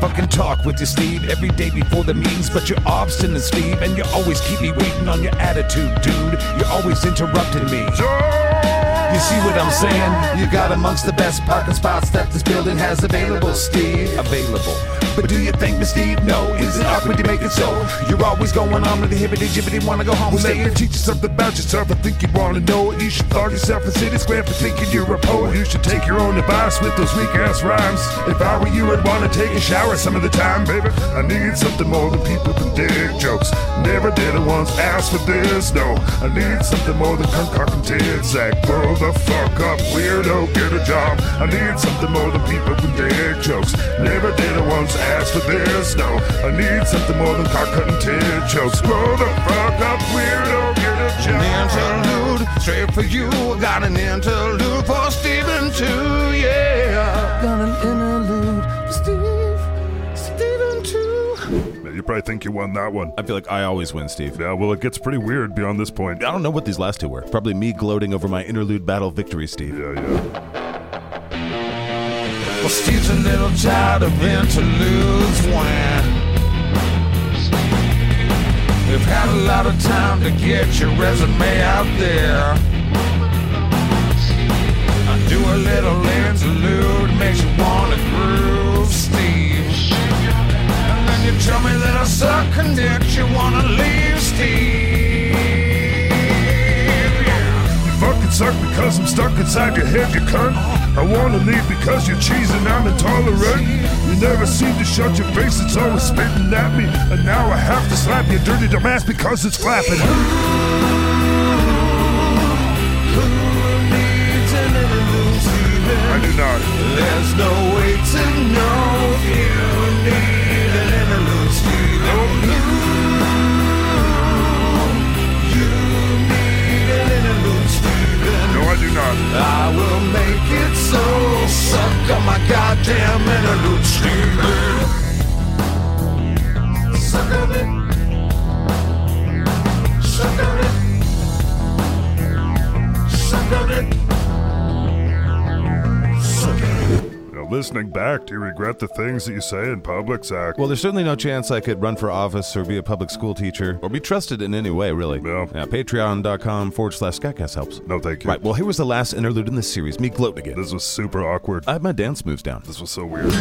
Speaker 3: Fucking talk with you, Steve, every day before the meetings, but you're obstinate, Steve, and you always keep me waiting on your attitude, dude. You're always interrupting me. You see what I'm saying? You got amongst the best parking spots that this building has available, Steve. Available. But do you think, Mr. Steve? No, is it awkward to make it so? You're always going on with the hibbity jibbity, wanna go home,
Speaker 2: Well, let
Speaker 3: Steve?
Speaker 2: me teach you something about yourself. I think you wanna know it. You should flog yourself in City Square for thinking you're a poet. You should take your own advice with those weak ass rhymes. If I were you, I'd wanna take a shower some of the time, baby. I need something more than people than dick jokes. Never did I once ask for this, no. I need something more than cunt cock and tit sack. Grow the fuck up, weirdo, get a job. I need something more than people than dick jokes. Never did I once ask for this, no. I need something more than cock cut, and tit jokes. Grow the fuck up, weirdo, get a job.
Speaker 3: An interlude straight for you. Got an interlude for Steven too, yeah. Got an interlude for Steve, Steven too.
Speaker 2: Yeah, You probably think you won that one.
Speaker 1: I feel like I always win, Steve.
Speaker 2: Yeah, well, it gets pretty weird beyond this point.
Speaker 1: I don't know what these last two were. Probably me gloating over my interlude battle victory, Steve.
Speaker 2: Yeah, yeah.
Speaker 3: Well, Steve's a little tired of interludes when we've had a lot of time to get your resume out there. I do a little interlude, makes you wanna groove, Steve. And then you tell me that I suck and that you wanna leave, Steve. Yeah.
Speaker 2: You fucking suck because I'm stuck inside your head, you cunt. I wanna leave because you're cheesing, I'm intolerant. You never seem to shut your face, it's always spitting at me. And now I have to slap your dirty dumb ass because it's flapping.
Speaker 3: Needs an interlude, Steven.
Speaker 2: I do not.
Speaker 3: There's no way to know if you need an interlude, Steve. You, you need an interlude, Steven.
Speaker 2: No, I do not.
Speaker 3: I will make it so. Suck on my goddamn interlude, Steven. Suck on it. listening back, do you regret the things that you say in public, Zach?
Speaker 1: Well, there's certainly no chance I could run for office or be a public school teacher or be trusted in any way, really. No. Yeah, Patreon.com forward slash Scatcast helps. No, thank you. Right, well, here was the last interlude in this series, me gloating again. This was super awkward. I had my dance moves down. This was so weird.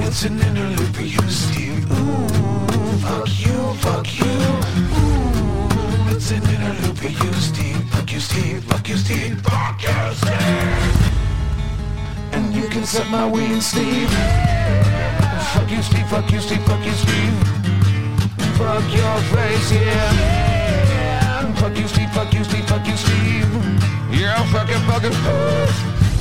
Speaker 3: It's an interlude for you, Steve. Ooh, fuck you, fuck you. Ooh, it's an interlude for you, Steve. Fuck you, Steve. Fuck you, Steve. Fuck you, Steve. And you can set my wings, Steve. Fuck you, Steve. Fuck you, Steve. Fuck you, Steve. Fuck your face, yeah. Fuck you, Steve. Fuck you, Steve. Fuck you, Steve. You're a fucking fucking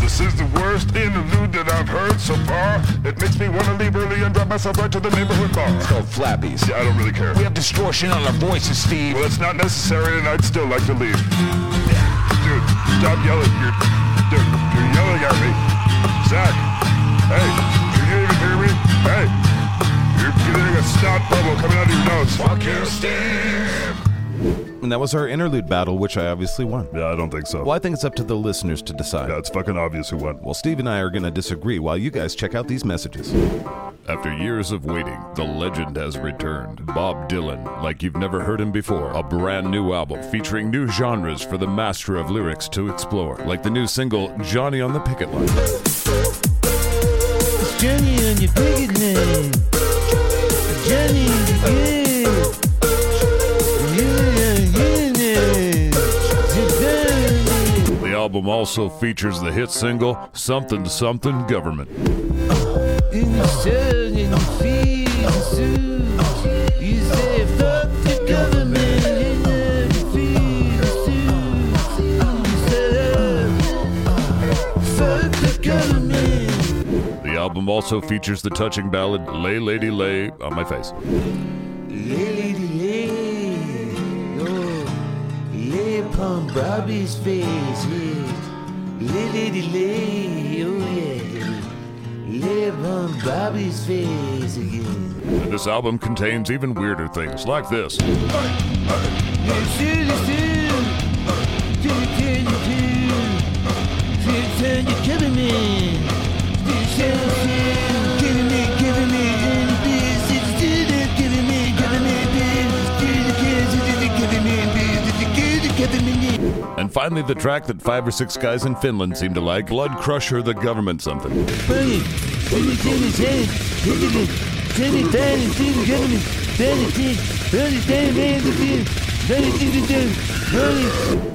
Speaker 3: This is the worst interlude that I've heard so far. It makes me want to leave early and drive myself right to the neighborhood bar. It's called Flappies. Yeah, I don't really care. We have distortion on our voices, Steve. Well, it's not necessary, and I'd still like to leave. Dude, stop yelling. You're, dude, you're yelling at me. Zach, hey, can you even hear me? Hey, you're getting a snot bubble coming out of your nose. Fuck you, Steve.
Speaker 1: And that was our interlude battle, which I obviously won. Yeah, I don't think so. Well, I think it's up to the listeners to decide. Yeah, it's fucking obvious who won. Well, Steve and I are going to disagree while you guys check out these messages.
Speaker 2: After years of waiting, the legend has returned. Bob Dylan, like you've never heard him before. A brand new album featuring new genres for the master of lyrics to explore, like the new single Johnny on the Picket Line.
Speaker 14: Johnny on your picket line. Johnny in the game.
Speaker 2: The album also features the hit single Something Something Government.
Speaker 14: In the sun, in the sea, in the zoo. You say fuck the government. in the sea, the zoo. You say, uh, Fuck the government.
Speaker 2: The album also features the touching ballad Lay Lady Lay on My Face.
Speaker 14: Lay, lady, lay. Oh, lay upon Bobby's face, yes. Lay, lady, lay. Oh, yeah. Lay upon Bobby's face again.
Speaker 2: And this album contains even weirder things like this.
Speaker 14: Silly, silly. Silly, silly, silly. Silly, silly, government. Silly, silly, silly. Government, government, government. Silly, silly, government, government, silly, silly, silly, government, silly, silly, government.
Speaker 2: And finally, the track that five or six guys in Finland seem to like Blood Crusher, the government something.
Speaker 14: Funny. Silly, silly, silly. Government. Silly, silly, silly, government. Silly, silly, silly, silly, silly, silly. Silly, silly, silly. Funny.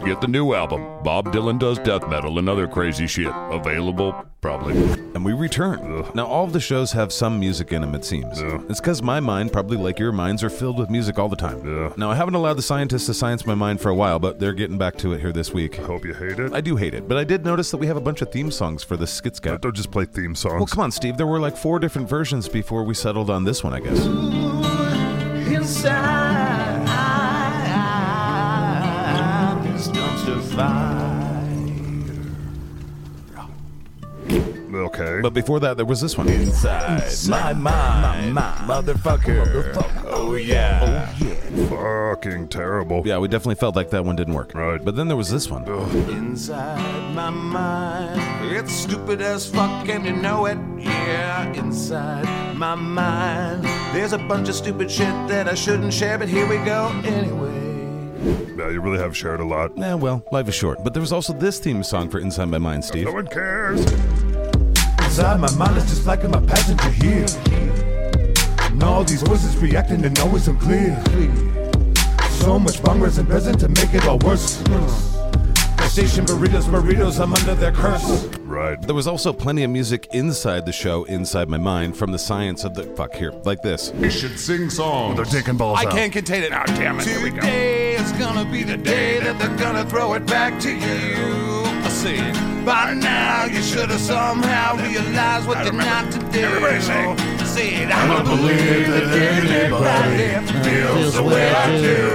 Speaker 2: Get the new album, Bob Dylan Does Death Metal and Other Crazy Shit. Available, probably.
Speaker 1: And we return. Now, all of the shows have some music in them, it seems. It's because my mind, probably like your minds, are filled with music all the time. Now, I haven't allowed the scientists to science my mind for a while, but they're getting back to it here this week. I hope you hate it. I do hate it, but I did notice that we have a bunch of theme songs for the Skits Guy. Don't just play theme songs. Well, come on, Steve. There were like four different versions before we settled on this one, I guess.
Speaker 14: Inside this dumpster fire.
Speaker 1: Okay. But before that, there was this one.
Speaker 3: Inside my mind, motherfucker. Oh yeah. Oh yeah. Fucking terrible.
Speaker 1: Yeah, we definitely felt like that one didn't work. Right. But then there was this one.
Speaker 3: Inside my mind, it's stupid as fuck and you know it. Yeah, inside my mind, there's a bunch of stupid shit that I shouldn't share, but here we go anyway.
Speaker 1: Yeah, you really have shared a lot. Yeah, Eh, well, life is short. But there was also this theme song for Inside My Mind, Steve.
Speaker 3: No one cares. Inside my mind, it's just like I'm a passenger here. And all these voices reacting and always unclear. So much bongers and peasant to make it all worse. Station burritos, burritos, I'm under their curse.
Speaker 1: Right. There was also plenty of music inside the show, Inside My Mind, from the science of the. Fuck, here, like this.
Speaker 3: We should sing songs.
Speaker 1: They're taking balls
Speaker 3: I
Speaker 1: out.
Speaker 3: can't contain it. Oh, damn it. Here we go. Today is gonna be the day that they're gonna throw it back to you. I see. By now, you should have somehow realized what they're not to do. Everybody sing. See it. I don't believe that anybody feels the way I do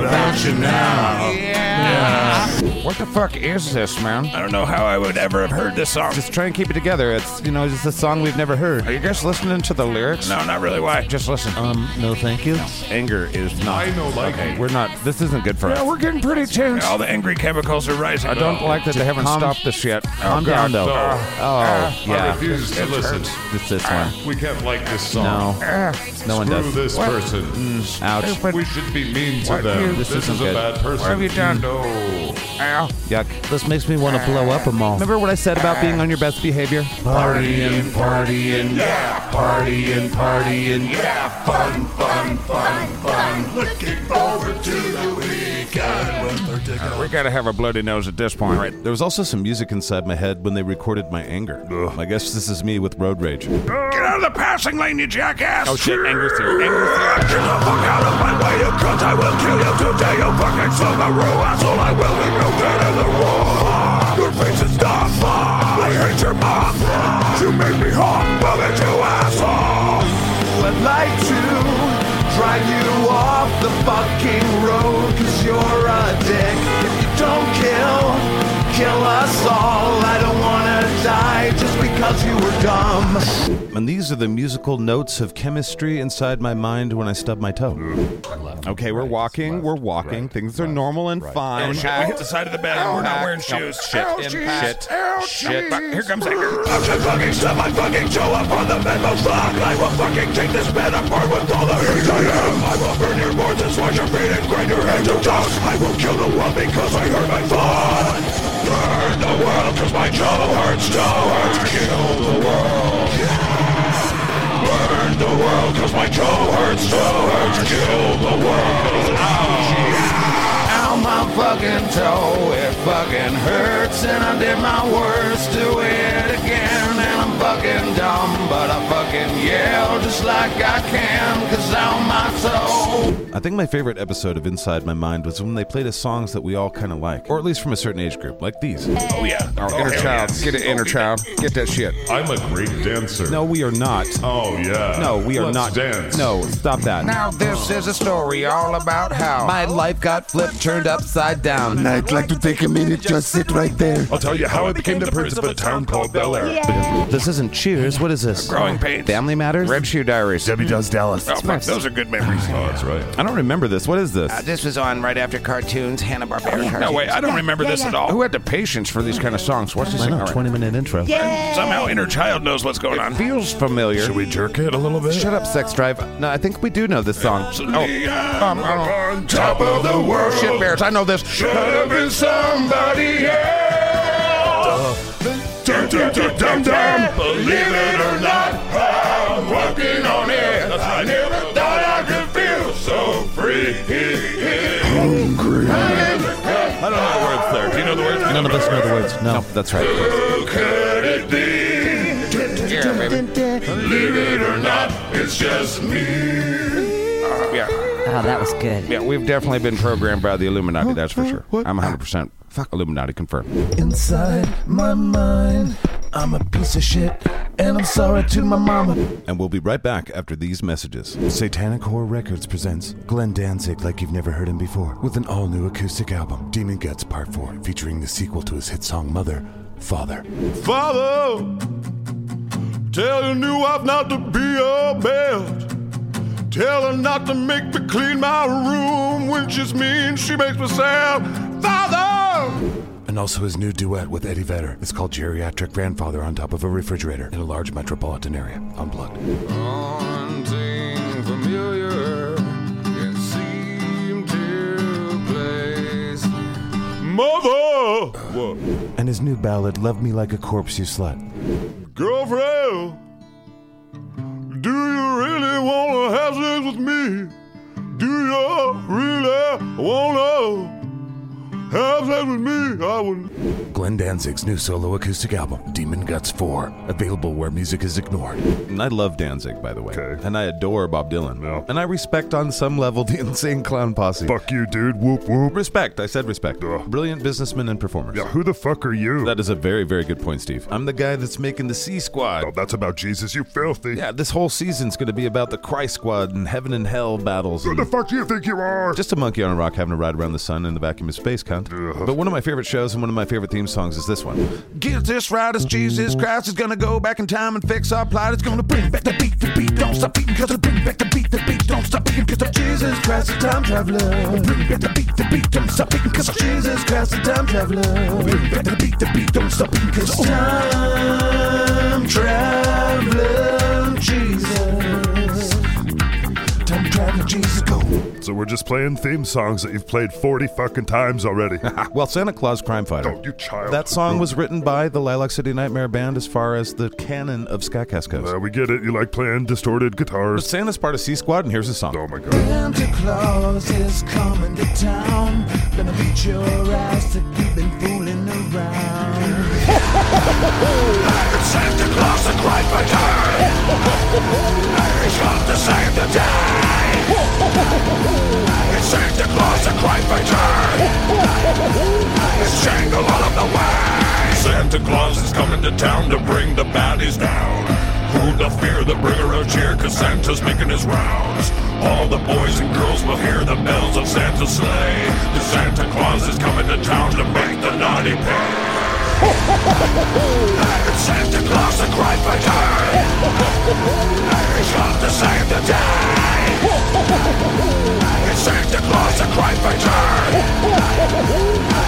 Speaker 3: about you now. Yeah.
Speaker 15: What the fuck is this, man? I don't know how I would ever have heard this song.
Speaker 11: Just try and keep it together. It's you know just a song we've never heard.
Speaker 15: Are you guys listening to the lyrics? No, not really. Why? Just listen.
Speaker 11: Um, no, thank you. Anger is not.
Speaker 15: I know, like-
Speaker 11: okay. We're not. This isn't good for us.
Speaker 15: Yeah, we're getting pretty tense. All the angry chemicals are rising. I don't like that they haven't
Speaker 11: Calm-
Speaker 15: stopped this yet.
Speaker 11: Calm down, though. oh, yeah.
Speaker 16: refuse to
Speaker 11: It's-
Speaker 16: listen.
Speaker 11: It's this one.
Speaker 2: Ah.
Speaker 16: We can't like this
Speaker 11: No.
Speaker 16: song.
Speaker 11: No one
Speaker 16: Screw
Speaker 11: does.
Speaker 16: this
Speaker 11: What?
Speaker 16: person.
Speaker 11: Mm, ouch. Stupid.
Speaker 16: We should be mean to
Speaker 11: What you-
Speaker 16: them.
Speaker 11: This
Speaker 16: This,
Speaker 11: isn't
Speaker 16: is a
Speaker 11: good.
Speaker 16: bad person.
Speaker 11: What have you done?
Speaker 16: No.
Speaker 15: Ow.
Speaker 11: Yuck. This makes me want to blow up them all. Remember what I said about being on your best behavior?
Speaker 17: Partying, partying, yeah. Partying, partying, yeah. Fun, fun, fun, fun. Looking forward to the weekend. When they're taking
Speaker 15: We gotta have a bloody nose at this point.
Speaker 1: There was also some music inside my head when they recorded my anger. I guess this is me with road rage.
Speaker 15: Get out of the passing lane, you jackass!
Speaker 1: Oh, shit, anger's here,
Speaker 15: Anger's here.
Speaker 3: Get the fuck out of my way, you cunt! I will kill you today, you fucking slitherer asshole! I will leave you dead in the wall! Your face is not mine! I hate your mom! You made me hot, bugged you asshole!
Speaker 17: I'd like to drive you off the fucking road, cause you're a dick. If you don't kill, kill us all. I don't wanna die just because you were dumb.
Speaker 1: And these are the musical notes of chemistry inside my mind when I stub my toe. Okay, we're walking, we're walking. Things are normal and fine.
Speaker 15: Oh, shit, we hit the side of the bed and we're not wearing shoes.
Speaker 1: shit,
Speaker 15: Ouch,
Speaker 1: shit,
Speaker 15: ouch,
Speaker 1: shit.
Speaker 15: Fuck, Here comes anger.
Speaker 3: I should fucking set my fucking show up on the bedmost rock! I will fucking take this bed apart with all the hate I am! I will burn your boards and swash your feet and grind your head to dust! I will kill the world because I hurt my fun! Burn the world cause my job hurts to hurt! Kill the world! Burn the world cause my job hurts to hurt! Kill the world!
Speaker 17: Ow, my fucking toe, it fucking hurts, and I did my worst to it again, and I'm fucking dumb, but I fucking yell just like I can, cause ow, my toe.
Speaker 1: I think my favorite episode of Inside My Mind was when they played us songs that we all kind of like, or at least from a certain age group, like these.
Speaker 15: Oh, yeah.
Speaker 1: Our
Speaker 15: Oh, hell yeah.
Speaker 1: Get it, inner child. Get that shit.
Speaker 16: I'm a great dancer.
Speaker 1: No, we are not.
Speaker 16: Oh, yeah.
Speaker 1: No, we are
Speaker 16: Let's
Speaker 1: not.
Speaker 16: dance.
Speaker 1: No, stop that.
Speaker 15: Now this is a story all about how
Speaker 17: My life got flipped, turned upside down. And I'd like to take a minute, just sit right there.
Speaker 16: I'll tell you how I became the prince of a town called Bel Air.
Speaker 11: This isn't Cheers. What is this?
Speaker 15: Growing pains.
Speaker 11: Family Matters.
Speaker 15: Red Shoe Diaries.
Speaker 11: Debbie Does Dallas.
Speaker 15: Oh, fuck, those are good memories.
Speaker 16: Oh, that's right.
Speaker 1: I don't remember this. What is this?
Speaker 15: Uh,
Speaker 18: this was on right after cartoons, Hanna Barbera.
Speaker 15: Oh, No way, I don't remember this at all. Who had the patience for these kind of songs? What's this?
Speaker 11: Why
Speaker 15: thing?
Speaker 11: not? Twenty minute intro.
Speaker 15: Somehow inner child knows what's going on.
Speaker 11: Feels familiar.
Speaker 16: Should we jerk it a little bit?
Speaker 11: Shut up, Sex Drive. No, I think we do know this song.
Speaker 15: Um, I don't-
Speaker 3: Top of the world!
Speaker 15: Shit bears, I know this.
Speaker 3: Should've been somebody else. Dum, dum, dum, dum, dum. Believe it or not, I'm working on it. I never thought I could feel so free. Hungry.
Speaker 16: I don't know the words there. Do you know the words?
Speaker 1: None of us know the words. No, that's right.
Speaker 3: Who could it be? Believe it or not, it's just me.
Speaker 15: Yeah.
Speaker 6: Oh, that was good.
Speaker 15: Yeah, we've definitely been programmed by the Illuminati, that's for sure. I'm 100% Illuminati confirmed.
Speaker 19: Inside my mind, I'm a piece of shit, and I'm sorry to my mama.
Speaker 1: And we'll be right back after these messages.
Speaker 2: Satanic Horror Records presents Glenn Danzig like you've never heard him before with an all new acoustic album, Demon Guts Part 4, featuring the sequel to his hit song Mother, Father.
Speaker 20: Father, tell your new wife not to be a bitch. Tell her not to make me clean my room when she's mean. She makes me sad. Father,
Speaker 2: And also his new duet with Eddie Vedder. It's called Geriatric Grandfather on Top of a Refrigerator in a large metropolitan area on Blood.
Speaker 20: Haunting familiar can seem to place. Mother, what?
Speaker 2: And his new ballad, Love Me Like a Corpse You Slut.
Speaker 20: Girlfriend, do you really wanna have sex with me? Do you really wanna have sex with me? I would.
Speaker 1: Glenn Danzig's new solo acoustic album, Demon Guts 4, available where music is ignored.
Speaker 11: And I love Danzig, by the way. And I adore Bob Dylan. And I respect on some level the insane clown posse. Fuck you, dude. Whoop whoop. Respect. I said respect. Brilliant businessmen and performers. Yeah, who the fuck are you? That is a very, very good point, Steve. I'm the guy that's making the C Squad. Oh, that's about Jesus, you filthy. Yeah, this whole season's gonna be about the Christ Squad and heaven and hell battles.
Speaker 21: Who
Speaker 11: and-
Speaker 21: the fuck do you think you are?
Speaker 11: just a monkey on a rock having a ride around the sun in the vacuum of space, cunt. But one of my favorite shows and one of my favorite theme songs is this one.
Speaker 22: Get this right as Jesus Christ is gonna go back in time and fix our plight. It's gonna bring back the beat, the beat, don't stop beating, cause it'll bring back the beat, the beat, don't stop beating, cause I'm Jesus Christ, the time traveler. Bring back the beat, the beat, don't stop beating, cause I'm Jesus Christ, the time traveler. Bring back the beat, the beat, don't stop beating, cause I'm time traveler, Jesus. Time traveler, Jesus, go.
Speaker 2: So we're just playing theme songs that you've played 40 fucking times already.
Speaker 11: well, Santa Claus Crime Fighter.
Speaker 2: Oh, you child.
Speaker 11: That song was written by the Lilac City Nightmare Band as far as the canon of Ska Cast goes.
Speaker 2: Uh, we get it. You like playing distorted guitars.
Speaker 11: But Santa's part of C Squad, and here's a song.
Speaker 2: Oh my god.
Speaker 3: Santa Claus is coming to town. Gonna beat your ass that you've been fooling around. it's Santa Claus, the great return. He's come to save the day. It's Santa Claus, the great return. It's jingle all the way.
Speaker 23: Santa Claus is coming to town to bring the baddies down. Who the fear, the bringer of cheer, cause Santa's making his rounds. All the boys and girls will hear the bells of Santa's sleigh. The Santa Claus is coming to town to make the naughty pay.
Speaker 3: It's Santa Claus, the great return. He's come to save the day. It's Santa Claus, the great return.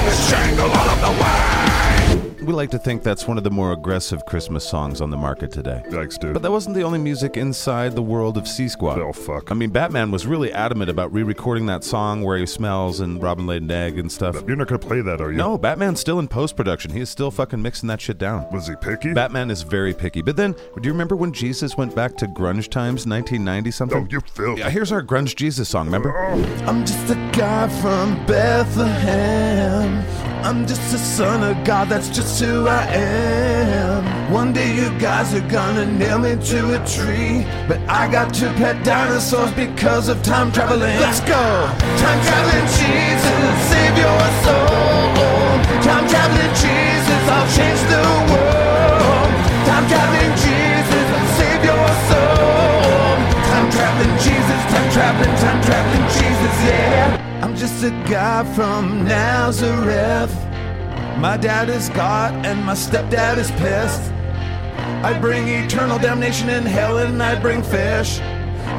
Speaker 3: It's jingle all of the way.
Speaker 11: We like to think that's one of the more aggressive Christmas songs on the market today.
Speaker 2: Thanks, dude.
Speaker 11: But that wasn't the only music inside the world of C Squad. Oh, fuck. I mean, Batman was really adamant about re recording that song where he smells and Robin laid an egg and stuff.
Speaker 2: You're not gonna play that, are you?
Speaker 11: No, Batman's still in post production. He is still fucking mixing that shit down.
Speaker 2: Was he picky?
Speaker 11: Batman is very picky. But then, do you remember when Jesus went back to grunge times, 1990 something? Oh,
Speaker 2: you filth.
Speaker 11: Yeah, here's our grunge Jesus song, remember?
Speaker 3: I'm just a guy from Bethlehem. I'm just a son of God, that's just who I am. One day you guys are gonna nail me to a tree. But I got two pet dinosaurs because of time traveling. Let's go! Time traveling Jesus, save your soul. Time traveling Jesus, I'll change the world. Time traveling Jesus, save your soul. Time traveling Jesus, time traveling, time traveling Jesus, yeah. I'm just a guy from Nazareth. My dad is God and my stepdad is pissed. I bring eternal damnation in hell and I bring fish.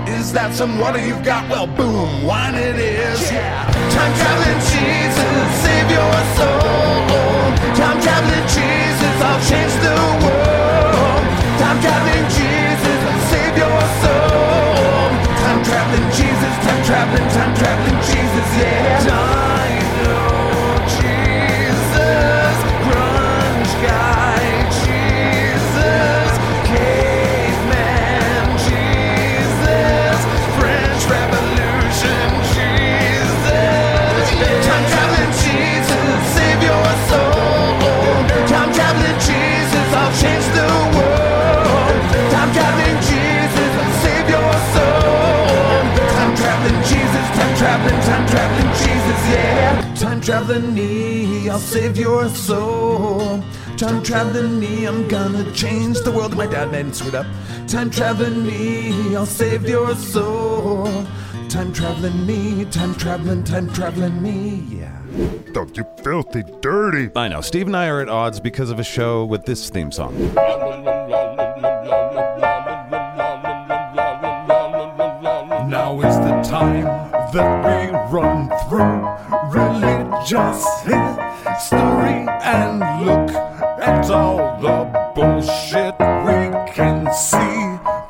Speaker 3: Is that some water you've got? Well, boom, wine it is. Time traveling Jesus, save your soul. Time traveling Jesus, I'll change the world. Time traveling Jesus, save your soul. Time traveling Jesus, time traveling, time traveling Jesus, yeah. Dino Jesus, grunge guy Jesus, caveman Jesus, French Revolution Jesus. Time traveling Jesus, save your soul. Time traveling Jesus, I'll change the world. Time traveling Jesus, save your soul. Time traveling Jesus, time traveling, time traveling Jesus, yeah. Time traveling me, I'll save your soul. Time traveling me, I'm gonna change the world. My dad made it screwed up. Time traveling me, I'll save your soul. Time traveling me, time traveling, time traveling me, yeah.
Speaker 2: Oh, you filthy, dirty.
Speaker 11: I know. Steve and I are at odds because of a show with this theme song.
Speaker 24: Now is the time that we run through religious history and look at all the bullshit we can see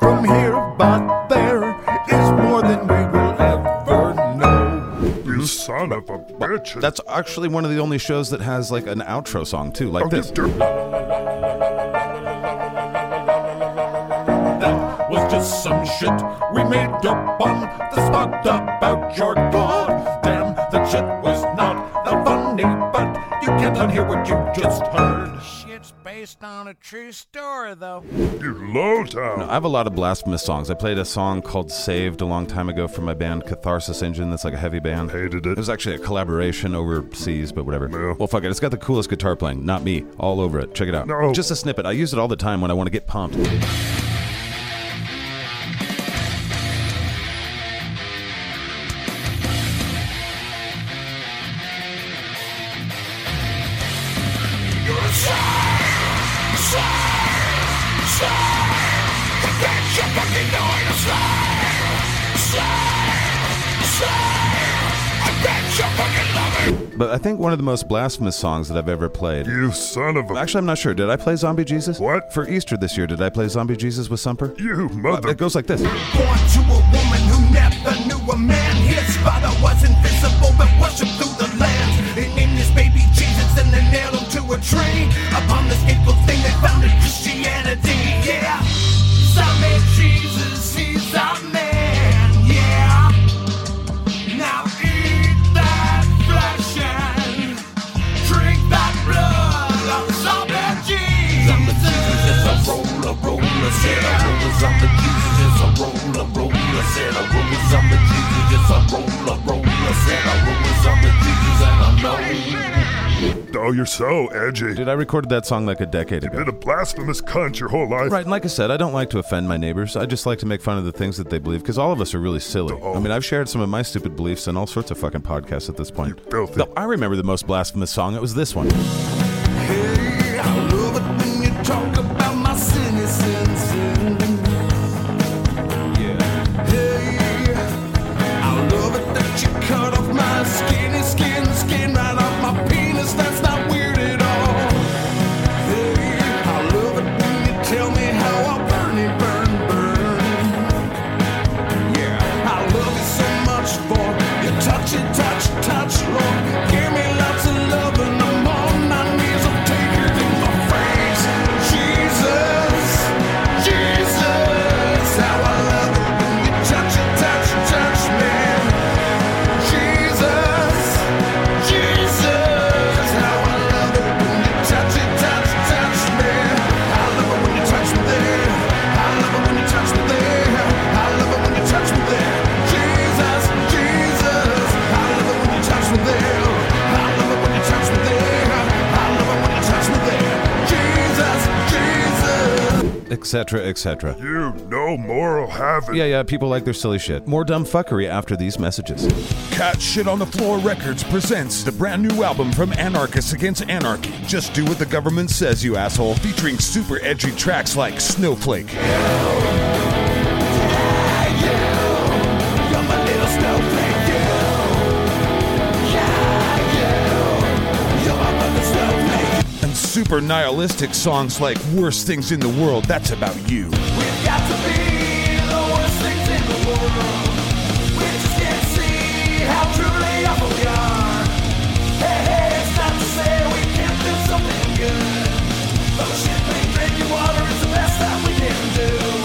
Speaker 24: from here. But there is more than we will ever know.
Speaker 2: You son of a bitch.
Speaker 11: Mm-hmm. That's actually one of the only shows that has like an outro song too, like this.
Speaker 24: That was just some shit we made up on the spot about your god. Damn, that shit was not that funny, but you
Speaker 25: cannot hear what you just heard.
Speaker 26: Shit's based on a true story, though.
Speaker 11: Low time. I have a lot of blasphemous songs. I played a song called Saved a long time ago from my band Catharsis Engine. That's like a heavy band. Hated it. It was actually a collaboration overseas, but whatever. Well, fuck it. It's got the coolest guitar playing. Not me. All over it. Check it out. No. Just a snippet. I use it all the time when I want to get pumped. But I think one of the most blasphemous songs that I've ever played. You son of a. Actually, I'm not sure. Did I play Zombie Jesus? What? For Easter this year, did I play Zombie Jesus with Sumper? You mother. It goes like this.
Speaker 3: Born to a woman who never knew a man. His father was invisible but worshipped through the lands. They named this baby Jesus and they nailed him to a tree. Upon this hateful thing they founded Christianity. Yeah, zombie Jesus, he's a man. Yeah, now eat that flesh and drink that blood of zombie Jesus. Zombie Jesus is a roller, roller, said a roller. Zombie Jesus is a roller, roller, said a roller. Zombie Jesus is a roller, roller, said a roller. Zombie Jesus and I know.
Speaker 11: Oh, you're so edgy. Dude, I recorded that song like a decade ago.
Speaker 2: Been a blasphemous cunt your whole life.
Speaker 11: Right, and like I said, I don't like to offend my neighbors. I just like to make fun of the things that they believe because all of us are really silly. I mean, I've shared some of my stupid beliefs on all sorts of fucking podcasts at this point. Though I remember the most blasphemous song. It was this one.
Speaker 3: I love it when you talk about my sin, sin, sin. Hey, I love it that you cut off my skin, skin, skin right off my penis. That's not weird at all. Hey, I love it when you tell me how I burn it, burn, burn. Yeah, I love you so much for your touch, it, touch, touch, Lord. Give me lots of love and I'm on my knees. I'm taking in my face, Jesus, Jesus. How I love it when you touch, it, touch, touch me, Jesus, Jesus. How I love it when you touch, it, touch, touch me. I love it when you touch me there. I love it when you touch me there. I love it when you touch me there. Jesus, Jesus. I love it when you touch me there. I love it when you touch me there. I love it when you touch me there. Jesus, Jesus.
Speaker 11: Etc., etc.
Speaker 2: You no moral havoc.
Speaker 11: Yeah, yeah, people like their silly shit. More dumb fuckery after these messages.
Speaker 1: Cat Shit on the Floor Records presents the brand new album from Anarchists Against Anarchy. Just do what the government says, you asshole. Featuring super edgy tracks like Snowflake.
Speaker 3: I'm a little snowflake, you. Yeah, you. You're my mother snowflake.
Speaker 1: And super nihilistic songs like Worst Things in the World, that's about you.
Speaker 3: We've got to be the worst things in the world. We just can't see how truly awful we are. Hey, hey, it's not to say we can't do something good. But shit, drink, drinking water is the best that we can do.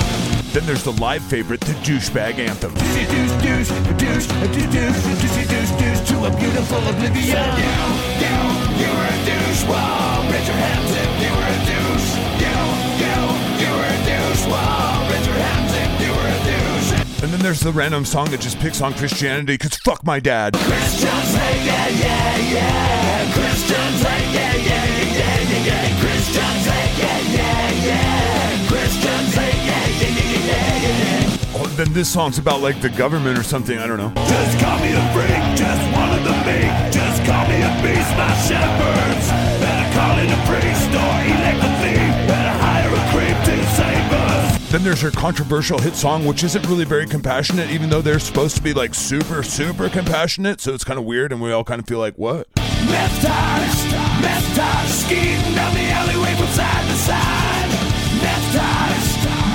Speaker 1: Then there's the live favorite, the douchebag anthem.
Speaker 3: Deuce, deuce, deuce, deuce, deuce, deuce, deuce, deuce, to a beautiful oblivion. You, you, you were a douche. Wow, raise your hands if you were a douche. You, you, you were a douche. Wow, raise your hands if you were a douche.
Speaker 1: And then there's the random song that just picks on Christianity, cause fuck my dad.
Speaker 3: Christians hate, yeah, yeah, yeah. Christians hate, yeah, yeah, yeah, yeah, yeah, yeah. Christians hate, yeah, yeah, yeah. Christians hate, yeah, yeah, yeah, yeah, yeah, yeah.
Speaker 1: Oh, then this song's about like the government or something, I don't know.
Speaker 3: Just call me a freak, just one of the meek. Just call me a beast, my shepherds. Better call in a priest or elect a thief. Better hire a creep to save us.
Speaker 1: Then there's her controversial hit song, which isn't really very compassionate, even though they're supposed to be like super, super compassionate. So it's kind of weird, and we all kind of feel like, what?
Speaker 3: Meth tires, meth tires, skiing down the alleyway from side to side. Meth tires,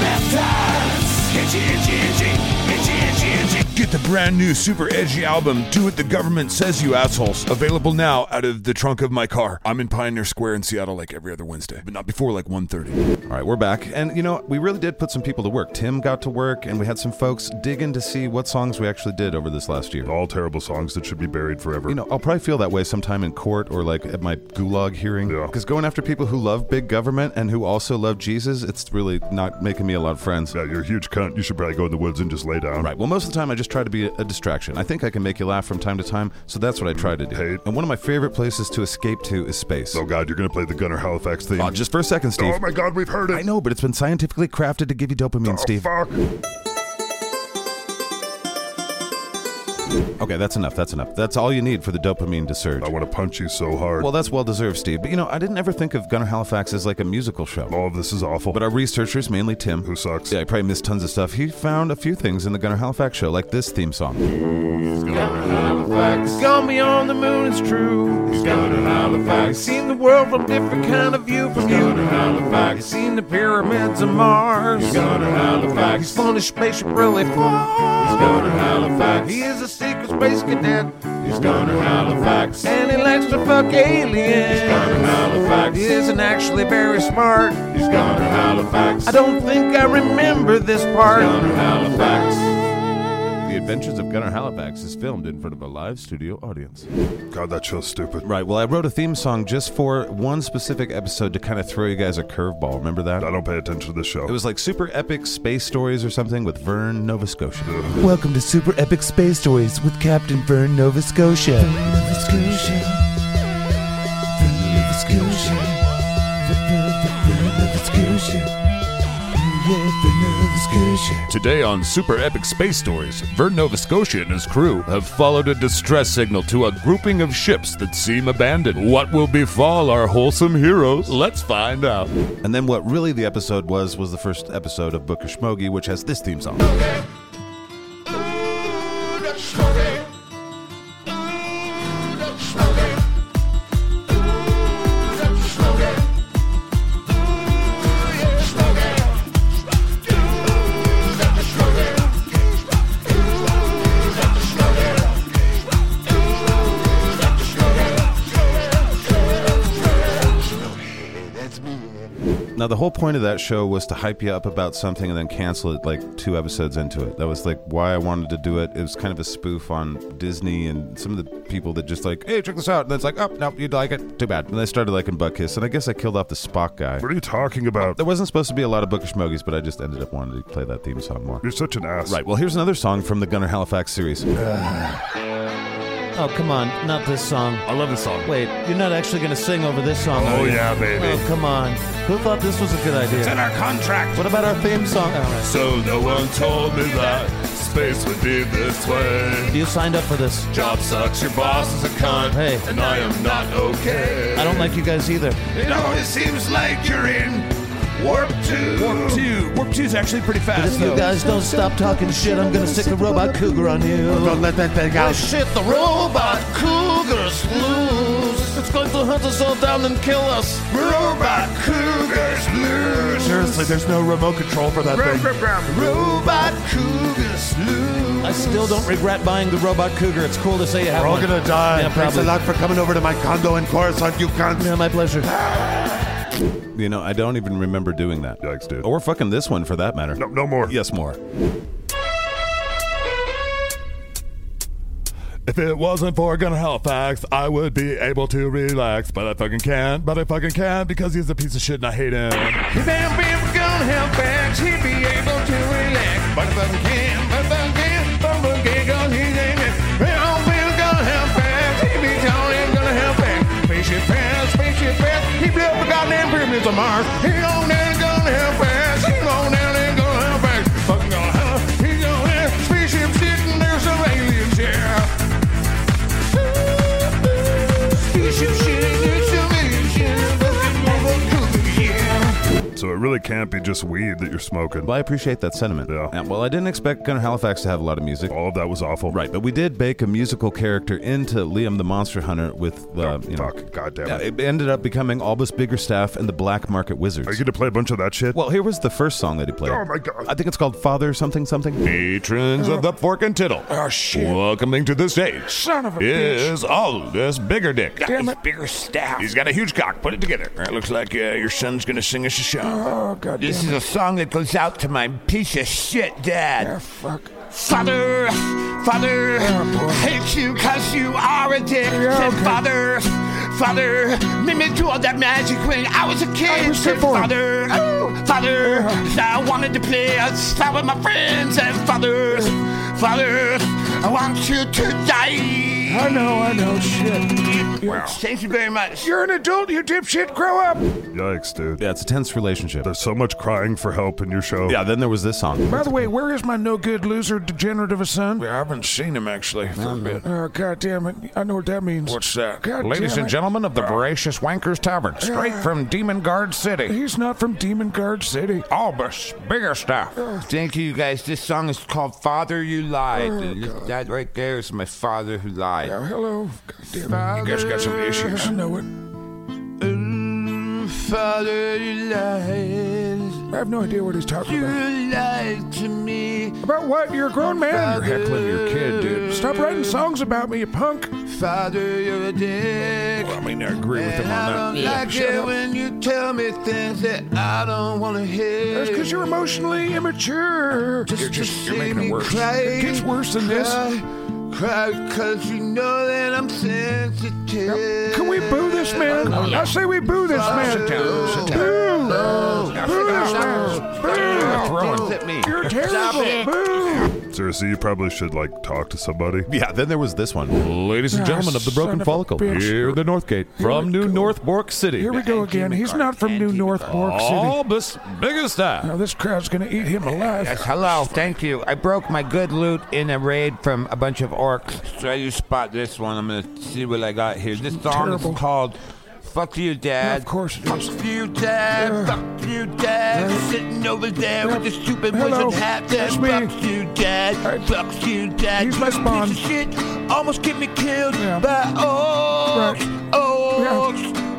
Speaker 3: meth tires, itchy, itchy, itchy, itchy, itchy, itchy.
Speaker 1: Get
Speaker 27: Get the brand new super edgy album, Do What the Government Says You Assholes, available now out of the trunk of my car. I'm in Pioneer Square in Seattle like every other Wednesday, but not before like 1.30.
Speaker 1: All right, we're back. And you know, we really did put some people to work. Tim got to work, and we had some folks digging to see what songs we actually did over this last year.
Speaker 2: All terrible songs that should be buried forever.
Speaker 1: You know, I'll probably feel that way sometime in court or like at my gulag hearing. Because going after people who love big government and who also love Jesus, it's really not making me a lot of friends.
Speaker 2: Yeah, you're a huge cunt. You should probably go in the woods and just lay down.
Speaker 1: Right. Well, most of the time I just try to be a distraction. I think I can make you laugh from time to time, so that's what I try to do. And one of my favorite places to escape to is space. Oh
Speaker 2: God, you're gonna play the Gunner Halifax theme.
Speaker 1: Oh, just for a second, Steve.
Speaker 2: Oh my God, we've heard it. Oh, I
Speaker 1: know, but it's been scientifically crafted to give you dopamine, Steve. Okay, that's enough. That's enough. That's all you need for the dopamine to surge. I
Speaker 2: want to punch you so hard.
Speaker 1: Well, that's well deserved, Steve. But you know, I didn't ever think of Gunnar Halifax as like a musical show.
Speaker 2: All of Oh, this is awful.
Speaker 1: But our researchers, mainly Tim, who sucks. Yeah, he probably missed tons of stuff. He found a few things in the Gunnar Halifax show, like this theme song.
Speaker 28: Halifax. Gone beyond the moon is true. He's gone to Halifax. Seen the world from different kind of view from you. to Halifax. Seen the pyramids of Mars. He's gone to Halifax. He's flown a spaceship really far. He's gone to Halifax. He is a secret space cadet. He's gone to Halifax. And he likes to fuck aliens. He's gone to Halifax. He isn't actually very smart. He's gone to Halifax. I don't think I remember this part. He's gone to Halifax.
Speaker 1: The Adventures of Gunnar Halifax is filmed in front of a live studio audience.
Speaker 2: God, that show's stupid.
Speaker 1: Right, well, I wrote a theme song just for one specific episode to kind of throw you guys a curveball. Remember that?
Speaker 2: I don't pay attention to the show.
Speaker 1: It was like super epic space stories or something with Vern, Nova Scotia.
Speaker 8: Welcome to Super Epic Space Stories with Captain Vern Nova Scotia.
Speaker 29: Nova Scotia. From Nova Scotia. From Nova- from Nova Scotia. Yeah, from Nova Scotia.
Speaker 2: Today on Super Epic Space Stories, Vern Nova Scotia and his crew have followed a distress signal to a grouping of ships that seem abandoned. What will befall our wholesome heroes? Let's find out.
Speaker 1: And then what really the episode was was the first episode of Book of Shmogi, which has this theme song. Now, the whole point of that show was to hype you up about something and then cancel it like two episodes into it. That was like why I wanted to do it. It was kind of a spoof on Disney and some of the people that just like, hey, check this out. And it's like, oh, no, you'd like it. Too bad. And they started liking Butt Kiss. And I guess I killed off the Spock guy.
Speaker 2: What are you talking about?
Speaker 1: There wasn't supposed to be a lot of Bookish Mogies, but I just ended up wanting to play that theme song more.
Speaker 2: You're such an ass.
Speaker 1: Right. Well, here's another song from the Gunnar Halifax series.
Speaker 8: Oh, come on. Not this song.
Speaker 2: I love this song.
Speaker 8: Wait, you're not actually going to sing over this song, are
Speaker 2: Oh,
Speaker 8: you?
Speaker 2: yeah, baby.
Speaker 8: Oh, come on. Who thought this was a good idea?
Speaker 2: It's in our contract.
Speaker 8: What about our theme song? All right.
Speaker 2: So no one told me that space would be this way.
Speaker 8: You signed up for this.
Speaker 2: Job sucks, your boss is a cunt,
Speaker 8: Hey.
Speaker 2: and I am not okay.
Speaker 8: I don't like you guys either.
Speaker 2: It always seems like you're in warp two. Warp two.
Speaker 8: Warp 2's actually pretty
Speaker 2: fast,
Speaker 8: But if you
Speaker 2: though.
Speaker 8: guys don't stop talking shit, I'm going to stick a robot cougar on you. Don't let that thing
Speaker 28: Oh shit, the robot cougars lose. It's going to hunt us all down and kill us. Robot cougars lose.
Speaker 30: Seriously, there's no remote control for that thing.
Speaker 28: Robot cougars lose.
Speaker 8: I still don't regret buying the robot cougar. It's cool to say you have
Speaker 30: We're all
Speaker 8: one.
Speaker 30: gonna die.
Speaker 8: Yeah,
Speaker 30: Thanks
Speaker 8: probably.
Speaker 30: a lot for coming over to my condo in Coruscant, you cunts.
Speaker 8: Yeah, my pleasure.
Speaker 1: You know, I don't even remember doing that.
Speaker 2: Yikes, dude.
Speaker 1: Or fucking this one for that matter. No,
Speaker 2: no more.
Speaker 1: Yes, more.
Speaker 31: If it wasn't for Gunnar Halifax, I would be able to relax. But I fucking can't. But I fucking can't because he's a piece of shit and I hate him.
Speaker 28: If that man was gonna help bags, he'd be able to relax. But if I can, but if I can, but if I can, cause he's aiming. If that man gonna help bags, he'd be telling him gonna help bags. Spaceship fast, spaceship fast, he built the goddamn pyramids of Mars. He on down and gonna help bags, he on down and gonna help bags. Fucking gonna help, he gonna help. Spaceship sitting, there's some aliens, yeah. Spaceship shit, there's some aliens, yeah. Fucking mobile cool, yeah.
Speaker 2: So it really can't be just weed that you're smoking.
Speaker 1: Well, I appreciate that sentiment. Yeah. Oh. well, I didn't expect Gunnar Halifax to have a lot of music. All of that was awful. Right, but we did bake a musical character into Liam the Monster Hunter with the. you know, fuck, goddamn it. ended up becoming Albus Biggerstaff and the Black Market Wizards. Are you going to play a bunch of that shit? Well, here was the first song that he played.
Speaker 2: Oh my god.
Speaker 1: I think it's called Father something something.
Speaker 32: Patrons of the Fork and Tittle. Oh, shit. Welcoming to the stage.
Speaker 1: Son of a
Speaker 32: Is Aldous Bigger Dick.
Speaker 8: Damn it. Bigger staff.
Speaker 32: He's got a huge cock. Put it together. It looks like uh, your son's going to sing us a song.
Speaker 8: Oh, God.
Speaker 32: This
Speaker 8: This
Speaker 32: is
Speaker 8: is
Speaker 32: a
Speaker 8: a song that goes out to my piece of shit dad. fuck. Father, father, hate you cause you are a dick. Said Father, father, made me do all that magic when I was a kid. Said father, oh, father, I wanted to play outside with my friends. And father, father, I want you to die. I know, I know, shit. Thank you very much. You're an adult, you dipshit. Grow up.
Speaker 2: Yikes, dude.
Speaker 1: Yeah, it's a tense relationship.
Speaker 2: There's so much crying for help in your show.
Speaker 1: Yeah, then there was this song.
Speaker 11: By the way, where is my no good loser degenerate of a son? I haven't seen him actually for a bit. Oh, God damn it. I know what that means. What's that? God
Speaker 33: Ladies
Speaker 11: damn
Speaker 33: and
Speaker 11: it.
Speaker 33: gentlemen of the Voracious Wankers Tavern, straight from Demon Guard City.
Speaker 11: Uh, He's not from Demon Guard City. Oh.
Speaker 33: Albus, bigger stuff.
Speaker 8: Thank you, guys. This song is called Father You Lied. and this- that right there is my father who lied.
Speaker 11: Oh, hello.
Speaker 8: Father,
Speaker 11: You guys got some issues. I know it.
Speaker 8: Mm, Father, you lied.
Speaker 11: I have no idea what he's talking
Speaker 8: you
Speaker 11: about.
Speaker 8: lied to me.
Speaker 11: About what? You're a grown man.
Speaker 8: You're heckling your kid, dude.
Speaker 11: Stop writing songs about me, you punk.
Speaker 8: Father, you're a dick.
Speaker 11: I mean, I agree
Speaker 8: and I don't like
Speaker 11: Shut
Speaker 8: it
Speaker 11: up.
Speaker 8: when you tell me things that I don't want to hear.
Speaker 11: That's because you're emotionally immature. you're just you're making it worse.
Speaker 8: Cry,
Speaker 11: It gets worse than this.
Speaker 8: Cry, cry, cause you know that I'm sensitive.
Speaker 11: Can we boo this man? I say we boo this man.
Speaker 8: Sit down, sit down.
Speaker 11: Boo!
Speaker 8: Now sit
Speaker 11: Boo
Speaker 8: down.
Speaker 11: this man! Boo! You're terrible! Boo!
Speaker 2: Seriously, you probably should, like, talk to somebody.
Speaker 1: Yeah, then there was this one. Ladies
Speaker 2: and gentlemen of the Broken
Speaker 11: Ah, Son of a Follicle, bitch.
Speaker 1: Here, the Northgate, from New Northbork City.
Speaker 11: Here we go again. He's not from New North Bork City.
Speaker 1: Albus Biggerstaff.
Speaker 11: Now this crowd's gonna eat him alive.
Speaker 8: Yes, hello, thank you. I broke my good loot in a raid from a bunch of orcs. So you spot this one. I'm gonna see what I got here. This song
Speaker 11: Terrible.
Speaker 8: is called "Fuck You, Dad." of course, fuck you, Dad. Fuck you, Dad. Sitting over there with the stupid
Speaker 11: Hello.
Speaker 8: wizard hat. Dad.
Speaker 11: That's me.
Speaker 8: Fuck you, Dad. Fuck you, Dad. He's my spawn. Piece of shit. Almost get me killed by orcs. Orcs.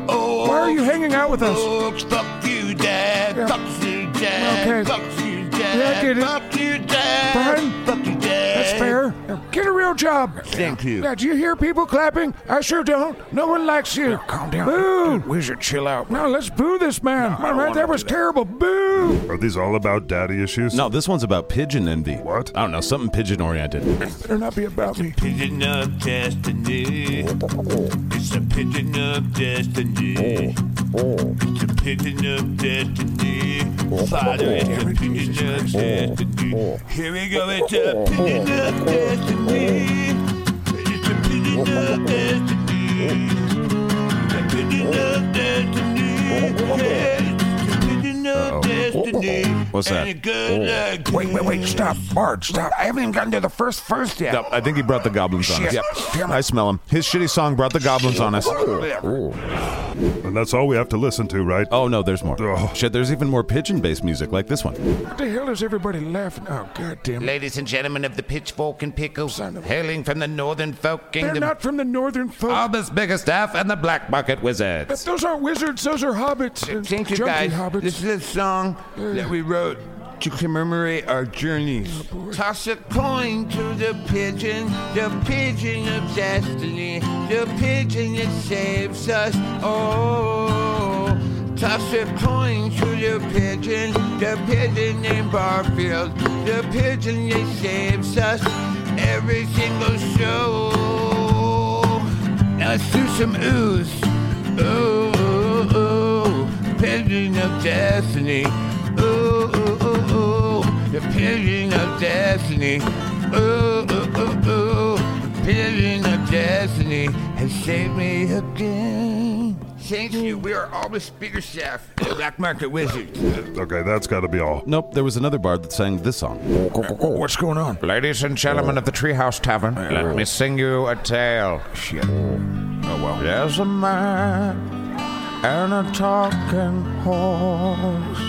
Speaker 8: Orcs.
Speaker 11: Why are you hanging out with us?
Speaker 8: Orcs. Fuck you, Dad. Fuck you, Dad.
Speaker 11: Okay.
Speaker 8: Fuck you, Dad.
Speaker 11: Yeah, I get it.
Speaker 8: Fuck you, Dad.
Speaker 11: Fine.
Speaker 8: Fuck you, Dad.
Speaker 11: That's fair. Now get a real job.
Speaker 8: Thank you.
Speaker 11: Now, do you hear people clapping? I sure don't. No one likes you. calm down. Boo!
Speaker 33: Wizard, chill out.
Speaker 11: Now let's boo this man. All right, that was terrible. Boo!
Speaker 2: Are these all about daddy issues?
Speaker 1: No, this one's about pigeon envy. What? I don't know, something pigeon oriented.
Speaker 11: Better not be about me.
Speaker 8: Pigeon of destiny. It's a pigeon of destiny. It's a pigeon of destiny. Father, it's a pigeon of
Speaker 11: Oh,
Speaker 8: destiny. Here we go, it's a pigeon of destiny. It's a
Speaker 11: Oh,
Speaker 8: pigeon of destiny. A pigeon of destiny. Yeah, it's a pigeon of
Speaker 11: Oh,
Speaker 8: destiny.
Speaker 1: What's that?
Speaker 8: And good luck.
Speaker 11: Wait, wait, wait! Stop, Bart! Stop! I haven't even gotten to the first first yet.
Speaker 1: Yep, I think he brought the goblins on us.
Speaker 11: Shit.
Speaker 1: Yep.
Speaker 11: Damn it.
Speaker 1: I smell him. His shitty song brought the goblins on us.
Speaker 2: And that's all we have to listen to, right?
Speaker 1: Oh, no, there's more. Shit, there's even more pigeon based music like this one.
Speaker 11: What the hell is everybody laughing? Oh, goddamn!
Speaker 8: Ladies and gentlemen of the Pitchfork and Pickles, hailing from the Northern Folk
Speaker 11: They're
Speaker 8: Kingdom,
Speaker 11: not from the northern folk.
Speaker 8: Albus Biggerstaff and the Black Bucket Wizards.
Speaker 11: But those aren't wizards. Those are hobbits. and
Speaker 8: Thank you,
Speaker 11: junkie
Speaker 8: guys.
Speaker 11: Hobbits.
Speaker 8: This is a song that we wrote to commemorate our journeys. Toss a coin to the pigeon, the pigeon of destiny, the pigeon that saves us. Oh, toss a coin to the pigeon, the pigeon named Barfield, the pigeon that saves us every single show. Now let's do some ooze. Ooh, ooh, ooh, pigeon of destiny. Ooh, ooh, ooh, ooh, the pigeon of destiny. Ooh, ooh, ooh, ooh, the pigeon of destiny has saved me again. Thank you. We are all the speaker staff, the black market wizards.
Speaker 2: Okay, that's gotta be all.
Speaker 1: Nope, there was another bard that sang this song.
Speaker 33: What's going on? Ladies and gentlemen of the Treehouse Tavern, let me sing you a tale. Shit. Oh, well. There's a man and a talking horse.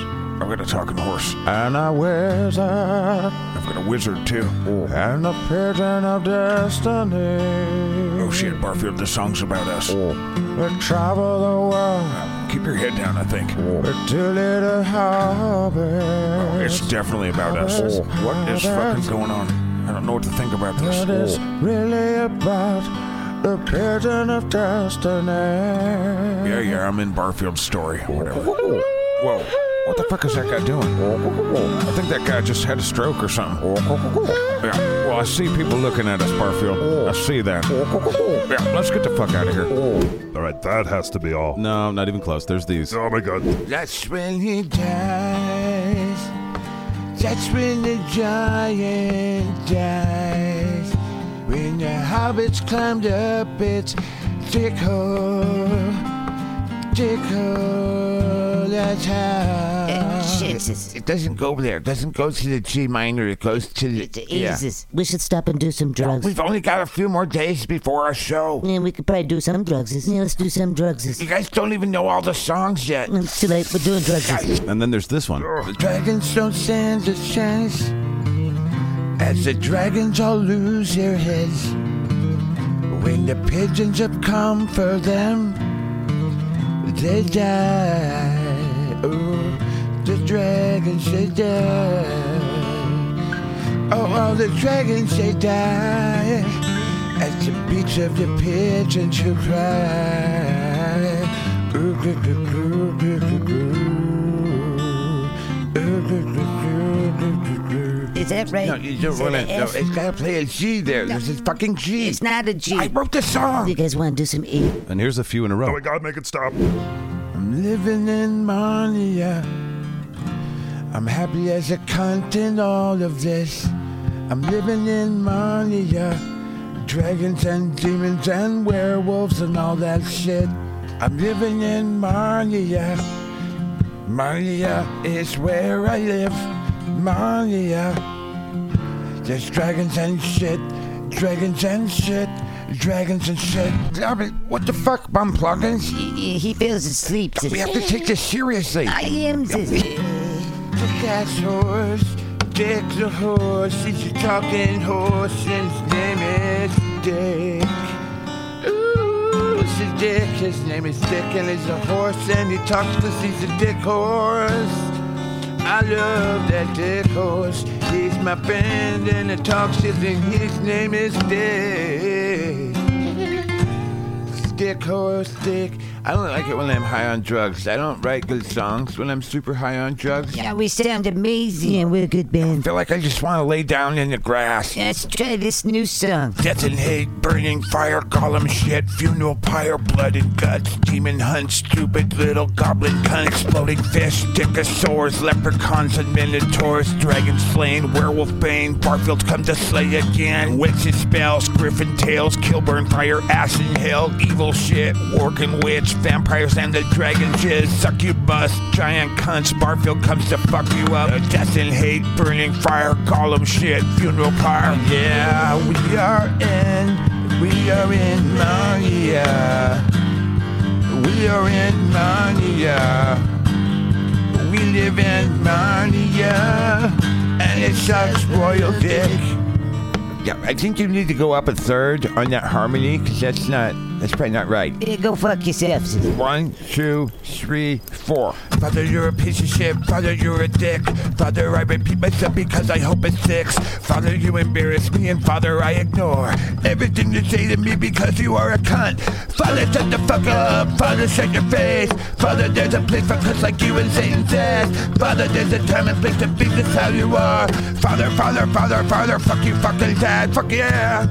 Speaker 11: I've got a talking horse. And a wizard. I've got a wizard too. And a pigeon of destiny. Oh shit, Barfield, this song's about us. We travel the world.
Speaker 12: Keep your head down, I think.
Speaker 11: We're two little hobbits.
Speaker 12: It's definitely about us.
Speaker 11: What is fucking going on? I don't know what to think about this.
Speaker 12: What is
Speaker 11: really about the pigeon of destiny.
Speaker 12: Yeah, yeah, I'm in Barfield's story. Whatever.
Speaker 11: Whoa. What the fuck is that guy doing? I think that guy just had a stroke or something. Yeah. Well, I see people looking at us, Barfield. I see that. Yeah, let's get the fuck out of here.
Speaker 1: All right, that has to be all. No, not even close. There's these. Oh my god.
Speaker 8: That's when he dies. That's when the giant dies. When the hobbits climbed up its dick hole. Dick hole, that's how.
Speaker 34: It doesn't go there. It doesn't go to the G minor. It goes to the.
Speaker 3: Jesus. We should stop and do some drugs.
Speaker 34: We've only got a few more days before our show.
Speaker 3: Yeah, we could probably do some drugs. Yeah, let's do some drugs.
Speaker 34: You guys don't even know all the songs yet.
Speaker 3: It's too late. We're doing drugs.
Speaker 1: And then there's this one.
Speaker 8: Oh. Dragons don't stand a chance. As the dragons all lose their heads. When the pigeons have come for them, they die. Oh, the dragons they die. Oh, all the dragons they die. At the beach of the pigeons who cry. Ooh, goo, goo, goo, goo, goo, goo. Ooh, goo, goo, goo, goo, goo, goo.
Speaker 3: Is that right?
Speaker 34: No, you don't want to. No, it's got to play a G there. There's a fucking G.
Speaker 3: It's not a G. I
Speaker 34: wrote the song.
Speaker 3: You guys want to do some E?
Speaker 1: And here's a few in a
Speaker 2: Oh
Speaker 1: row.
Speaker 8: my God, make it stop.
Speaker 1: I'm
Speaker 8: living in Narnia. I'm happy as a cunt in all of this. I'm living in Narnia. Dragons and demons and werewolves and all that shit. I'm living in Narnia. Narnia is where I live. Narnia. There's dragons and shit. Dragons and shit. Dragons and shit. Stop it. What the fuck, bum pluggins?
Speaker 3: He, he feels asleep.
Speaker 8: We have to take this seriously.
Speaker 3: I am sis.
Speaker 8: The cat's horse, Dick's a horse, he's a talking horse, and his name is Dick. Ooh, it's a dick, his name is Dick, and he's a horse, and he talks 'cause he's a dick horse. I love that dick horse, he's my friend, and he talks shit, and his name is Dick.
Speaker 34: Dick horse, dick. I don't like it when I'm high on drugs. I don't write good songs when I'm super high on drugs.
Speaker 3: Yeah, we sound amazing. Yeah, we're a good band.
Speaker 34: feel like I just want to lay down in the grass.
Speaker 3: Let's try this new song.
Speaker 8: Death and hate, burning fire, column shit, funeral pyre, blood and guts, demon hunt, stupid little goblin cunt, exploding fish, dickosaurs, leprechauns and minotaurs, dragons slain, werewolf bane, Barfield come to slay again, wits and spells, griffin tails, kilburn fire, ash and hell, evil shit, working witch, vampires and the dragon jizz, succubus, giant cunts, Barfield comes to fuck you up, death and hate, burning fire, column shit, funeral pyre, yeah, we are in, we are in Narnia. We are in Narnia. We live in Narnia, and it sucks, royal dick.
Speaker 34: Yeah, I think you need to go up a third on that harmony, because that's not, that's probably not right.
Speaker 3: Yeah, go fuck yourself. sis.
Speaker 34: One, two, three, four.
Speaker 8: Father, you're a piece of shit. Father, you're a dick. Father, I repeat myself because I hope it sticks. Father, you embarrass me, and Father, I ignore everything you say to me because you are a cunt. Father, shut the fuck up. Father, shut your face. Father, there's a place for cunts like you and Satan's ass. Father, there's a time and place to be this how you are. Father, father, father, father, fuck you, fucking dad, fuck yeah.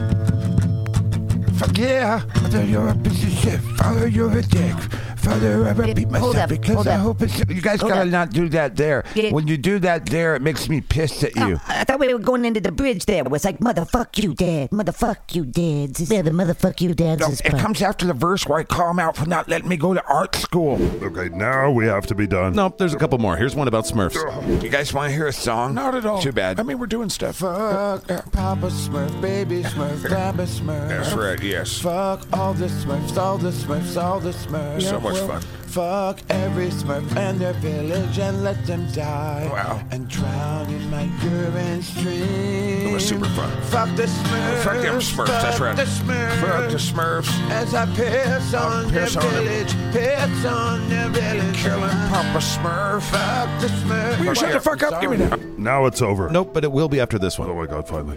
Speaker 8: Fuck yeah. Father, you're a piece of shit. Father, you're a dick. Father, I repeat myself
Speaker 34: Hold up,
Speaker 8: because
Speaker 34: hold
Speaker 8: I
Speaker 34: up.
Speaker 8: hope it's.
Speaker 34: You guys
Speaker 8: Hold
Speaker 34: gotta
Speaker 8: up.
Speaker 34: not do that there.
Speaker 3: Yeah.
Speaker 34: When you do that there, it makes me pissed
Speaker 6: Oh,
Speaker 34: at you.
Speaker 3: I thought we were going into the bridge there. It was like, motherfuck you, dad. Motherfuck you, dad. sis. Yeah, the motherfuck you, dad.
Speaker 8: No,
Speaker 3: sis
Speaker 8: it
Speaker 3: part.
Speaker 8: comes after the verse where I call him out for not letting me go to art school.
Speaker 35: Okay, now we have to be done.
Speaker 1: Nope, there's a couple more. Here's one about Smurfs.
Speaker 34: You guys want to hear a song?
Speaker 11: Not at all.
Speaker 34: Too bad.
Speaker 11: I mean, we're doing stuff.
Speaker 8: Fuck uh, Papa Smurf, Baby Smurf, Grandpa Smurf.
Speaker 11: That's right, yes.
Speaker 8: Fuck all the Smurfs, all the Smurfs, all the Smurfs.
Speaker 11: So much
Speaker 8: will
Speaker 11: fun.
Speaker 8: Fuck every smurf and their village and let them die. Wow. And drown in my urine stream.
Speaker 11: It was super fun.
Speaker 8: Fuck the smurfs.
Speaker 11: Fuck them Smurfs, that's
Speaker 8: fuck
Speaker 11: right.
Speaker 8: the smurfs.
Speaker 11: Fuck the Smurfs.
Speaker 8: As I piss on
Speaker 11: piss
Speaker 8: their
Speaker 11: on them.
Speaker 8: village. Piss on their village. Killing Papa Smurf. Fuck the smurf.
Speaker 11: Will you shut the fuck up? Give me that.
Speaker 36: Now it's over. Nope, but it will be after this one. Oh my god, finally.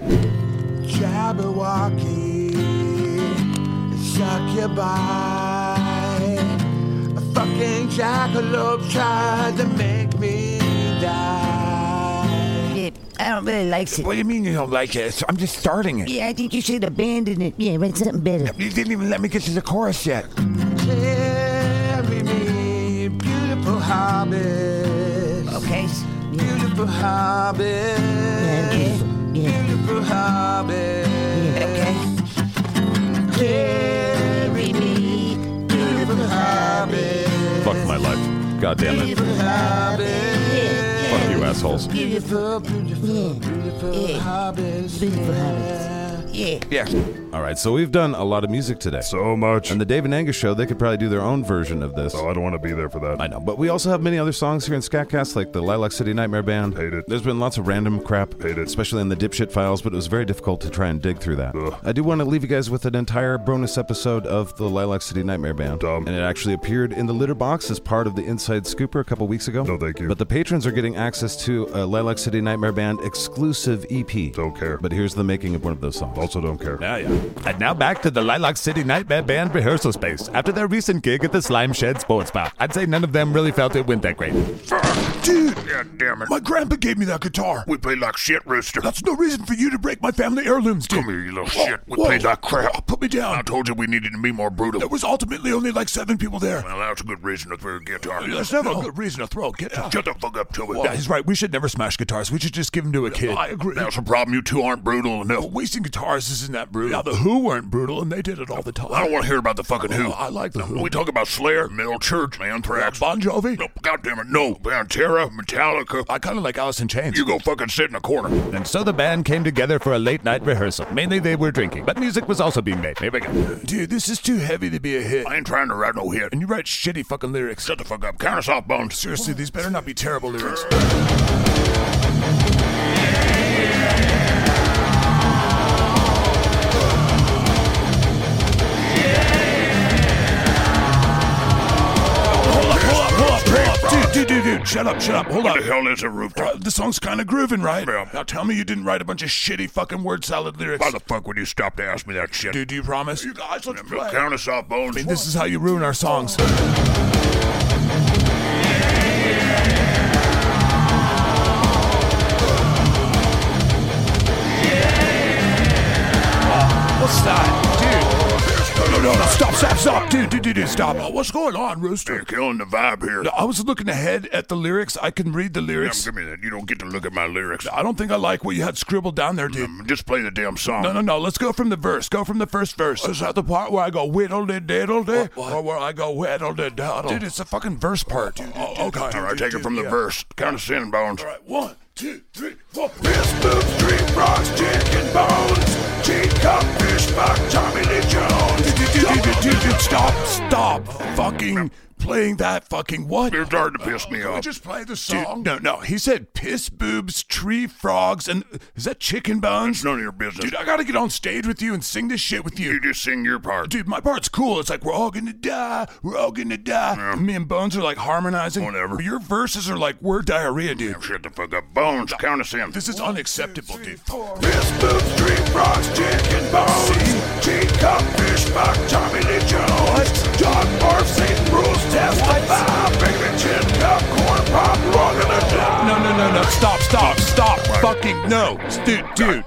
Speaker 8: Jabberwocky, succubi. A fucking jackalope tried to make me die.
Speaker 6: Yeah, I don't really like it.
Speaker 37: What do you mean you don't like it? I'm just starting it.
Speaker 6: Yeah, I think you should abandon it. Yeah, write something better.
Speaker 37: You didn't even let me get to the chorus yet.
Speaker 8: Carry me, beautiful hobbit. Okay. Beautiful hobbit. Beautiful hobbit. Okay. Carry me, beautiful hobbit.
Speaker 38: Fuck my life. God damn it.
Speaker 8: Beautiful hobbit.
Speaker 38: Fuck you assholes.
Speaker 8: Beautiful, beautiful, beautiful hobbit. Beautiful hobbit.
Speaker 6: Yeah.
Speaker 11: Yeah.
Speaker 1: All right, so we've done a lot of music today. So much. And the Dave and Angus show, they could probably do their own version of this. Oh, I don't want to be there for that. I know, but we also have many other songs here in Scatcast, like the Lilac City Nightmare Band. Hate it. There's been lots of random crap. Hate it. Especially in the dipshit files, but it was very difficult to try and dig through that. I do want to leave you guys with an entire bonus episode of the Lilac City Nightmare Band. And it actually appeared in the litter box as part of the Inside Scooper a couple weeks ago. No, thank you. But the patrons are getting access to a Lilac City Nightmare Band exclusive EP. Don't care. But here's the making of one of those songs. Also, don't care.
Speaker 39: Yeah, yeah. And now back to the Lilac City Nightmare Band rehearsal space after their recent gig at the Slime Shed Sports Bar. I'd say none of them really felt it went that great.
Speaker 2: Dude! God damn it. My grandpa gave me that guitar. We played like shit, Rooster. That's no reason for you to break my family heirlooms, dude. Come here, you little shit. We played like crap. put me down. I told you we needed to be more brutal. There was ultimately only like seven people there.
Speaker 40: Well, that's a good reason to throw a guitar.
Speaker 2: That's never a good reason to throw a kid out.
Speaker 40: Shut the fuck up to it.
Speaker 2: Yeah, he's right. We should never smash guitars. We should just give them to a kid. I agree.
Speaker 40: That's a problem. You two aren't brutal enough.
Speaker 2: Wasting guitars isn't that brutal. Now, the Who weren't brutal, and they did it all the time.
Speaker 40: I don't want to hear about the fucking Who.
Speaker 2: Oh, I like the Who.
Speaker 40: We talk about Slayer, Metal Church, Anthrax,
Speaker 2: Bon Jovi.
Speaker 40: No, goddamn it, no. Pantera, Metallica.
Speaker 2: I kind of like Alice in Chains.
Speaker 40: You go fucking sit in a corner.
Speaker 39: And so the band came together for a late night rehearsal. Mainly they were drinking, but music was also being made. Here we go.
Speaker 2: Dude, this is too heavy to be a hit.
Speaker 40: I ain't trying to write no hit.
Speaker 2: And you write shitty fucking lyrics.
Speaker 40: Shut the fuck up. Count us off, Bones.
Speaker 2: Seriously, these better not be terrible lyrics. Hold up, hold up, hold up, hold up. Dude, dude, dude, dude, shut up, shut up, hold
Speaker 40: What
Speaker 2: up.
Speaker 40: the hell is a rooftop?
Speaker 2: Uh, the song's kind of grooving, right? Now tell me you didn't write a bunch of shitty fucking word salad lyrics.
Speaker 40: Why the fuck would you stop to ask me that shit?
Speaker 2: Dude, do you promise? You guys, let's play.
Speaker 40: Count us off, Bones.
Speaker 2: I mean, this is how you ruin our songs. What's that? Dude. No, no, no, stop, stop, stop. Dude, dude, dude, dude stop. Uh, What's going on, Rooster?
Speaker 40: You're killing the vibe here.
Speaker 2: No, I was looking ahead at the lyrics. I can read the lyrics.
Speaker 40: Damn, give me that. You don't get to look at my lyrics.
Speaker 2: I don't think I like what you had scribbled down there, dude.
Speaker 40: Just play the damn song.
Speaker 2: No, no, no. Let's go from the verse. Go from the first verse. Is that the part where I go whittle de diddle de? Or where I go whittle de daddle? Dude, it's the fucking verse part. Dude, oh, okay.
Speaker 40: All right, take it from the verse. Count us in, Bones. All
Speaker 2: right, one, two, three, four.
Speaker 40: Wrist boots, three frogs, chicken bones. Cheat cup, fish fuck, Tommy Lee Jones.
Speaker 2: Dude, dude, dude, dude, dude, dude, stop, stop fucking playing that fucking what?
Speaker 40: You're starting to piss me
Speaker 2: Can we
Speaker 40: off.
Speaker 2: just play the song? no, no. He said piss boobs, tree frogs, and is that chicken bones?
Speaker 40: None of your business.
Speaker 2: Dude, I gotta get on stage with you and sing this shit with you.
Speaker 40: You just sing your part.
Speaker 2: Dude, my part's cool. It's like we're all gonna die. We're all gonna die. Me and Bones are like harmonizing. Whatever. Your verses are like word diarrhea, dude.
Speaker 40: Shut the fuck up. Bones, count us in.
Speaker 2: This is unacceptable, dude.
Speaker 40: Wrist boots, three frogs, chicken bones. Cheat cup, fish fuck, Tommy Lee Jones. John Barf, Satan rules, testify. Baby chin cup, corn pop, rock in the die.
Speaker 2: No, no, no, no. Stop, stop, stop. Fucking no. Dude, dude.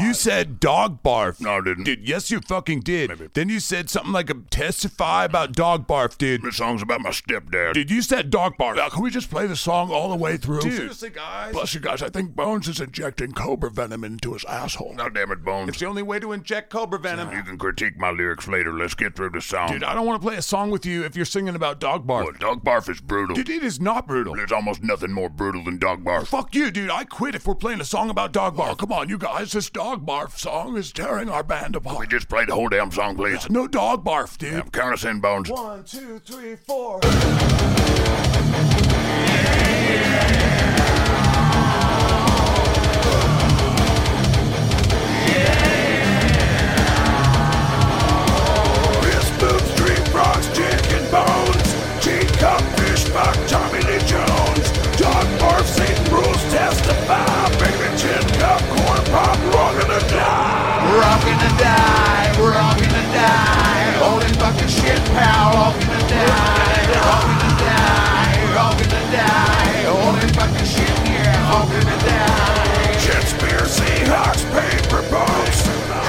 Speaker 2: You said dog barf.
Speaker 40: No, I didn't.
Speaker 2: Dude, yes, you fucking did. Then you said something like a testify about dog barf, dude.
Speaker 40: This song's about my stepdad.
Speaker 2: Dude, you said dog barf. Now, can we just play the song all the way through? Dude.
Speaker 39: guys.
Speaker 2: Bless you guys, I think Bones is injecting cobra venom into his asshole.
Speaker 40: Now, damn it, Bones.
Speaker 39: It's the only way to inject cobra venom.
Speaker 40: You can critique my lyrics later. Let's get through the song.
Speaker 2: Dude, I don't want to play a song with you if you're singing about dog barf.
Speaker 40: Well, dog barf is brutal.
Speaker 2: Dude, it is not brutal.
Speaker 40: There's almost nothing more brutal than dog barf.
Speaker 2: Fuck you, dude. I quit if we're playing playing a song about dog barf. Oh, come on, you guys. This dog barf song is tearing our band apart. We just play the whole damn song, please. No dog barf, dude. count us in, Bones.
Speaker 8: One, two, three, four.
Speaker 2: Chris Booth, Dream Rocks, Chicken Bones, Teacup, Fishbuck, Tommy Lee Jones, John Barf, Satan Rules, Testify, Baby Chin Cup, Corn Pop, Rock and a Die.
Speaker 3: We're all gonna die, we're all gonna die. All this fucking shit, pal, all gonna die. We're all gonna die, we're all gonna die. All this fucking shit, yeah, all gonna die.
Speaker 2: Conspiracy, Hawks, Paper Bones,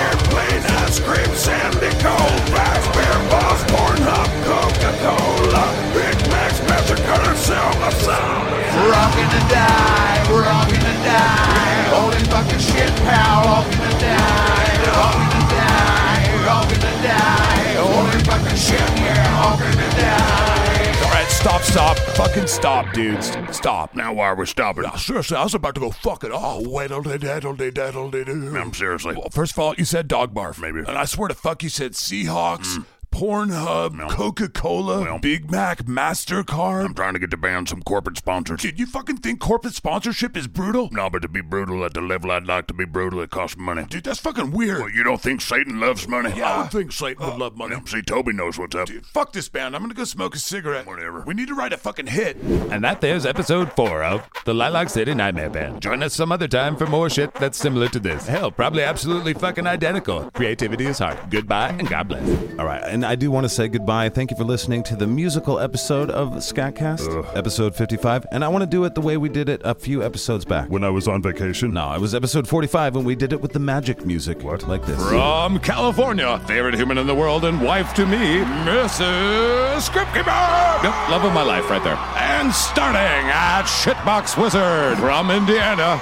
Speaker 2: Airplane, Ice Cream, Sandy Cold, Rats, Bear Balls, Pornhub, Coca-Cola, Big Macs, Magic Cutter, Silver Sound.
Speaker 3: We're all gonna die, we're all gonna die. All this fucking shit, pal, all gonna die. We're all gonna die, we're all gonna die. All this fucking shit, yeah, all gonna die.
Speaker 2: All right, stop, stop, fucking stop, dudes. Stop. Now, why are we stopping? seriously, I was about to go fuck it off. Weddle daddle daddle doo. I'm seriously.
Speaker 41: Well, first of all, you said dog barf. Maybe.
Speaker 2: And I swear to fuck, you said Seahawks, Pornhub, Coca Cola, Big Mac, MasterCard. I'm trying to get the band some corporate sponsors. Dude, you fucking think corporate sponsorship is brutal? No, but to be brutal at the level I'd like to be brutal, it costs money. Dude, that's fucking weird. Well, you don't think Satan loves money?
Speaker 41: Yeah, I would
Speaker 2: think Satan would love money. See, Toby knows what's up. Dude, fuck this band. I'm gonna go smoke a cigarette. Whatever. We need to write a fucking hit.
Speaker 42: And that there's episode four of The Lilac City Nightmare Band. Join us some other time for more shit that's similar to this. Hell, probably absolutely fucking identical. Creativity is hard. Goodbye and God bless.
Speaker 1: All right, and I do want to say goodbye. Thank you for listening to the musical episode of Scatcast, episode 55. And I want to do it the way we did it a few episodes back. When I was on vacation? No, it was episode 45 when we did it with the magic music. What? Like this.
Speaker 11: From California, favorite human in the world and wife to me, Mrs. Kripkeeper! Yep, love of my life right there. And starting at Shitbox Wizard from Indiana,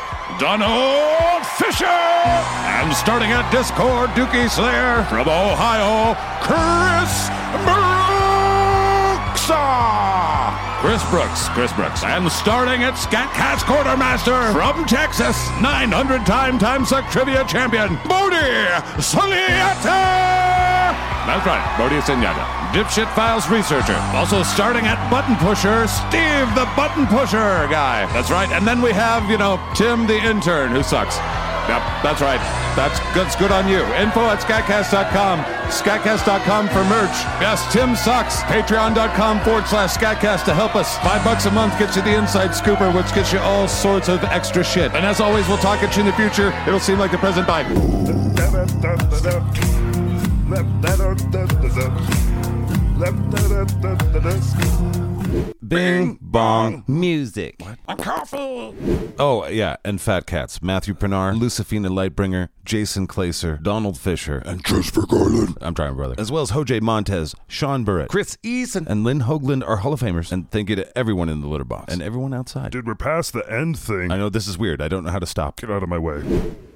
Speaker 11: Donald Fisher! And starting at Discord Dookie Slayer from Ohio, Chris Brooksaw! Chris Brooks, Chris Brooks. And starting at Scatcast Quartermaster from Texas, 900 time time suck trivia champion, Bodie Sunyata! That's right, Bodhi Sunyata. Dipshit Files researcher. Also starting at Button Pusher, Steve the Button Pusher guy. That's right, and then we have, you know, Tim the intern who sucks. Yep, that's right. That's, that's good on you. Info at scatcast.com. Scatcast.com for merch. Yes, Tim sucks. Patreon.com forward slash scatcast to help us. Five bucks a month gets you the inside scooper, which gets you all sorts of extra shit. And as always, we'll talk at you in the future. It'll seem like the present Biden.
Speaker 1: Bing bong music.
Speaker 43: I'm coffee.
Speaker 1: Oh, yeah, and Fat Cats. Matthew Pernar, Lucifina Lightbringer, Jason Claser, Donald Fisher, and Jasper Garland. I'm trying, brother. As well as Jose Montez, Sean Burrett, Chris Eason, and Lynn Hoagland are Hall of Famers. And thank you to everyone in the litter box and everyone outside.
Speaker 41: Dude, we're past the end thing.
Speaker 1: I know this is weird. I don't know how to stop.
Speaker 41: Get out of my way.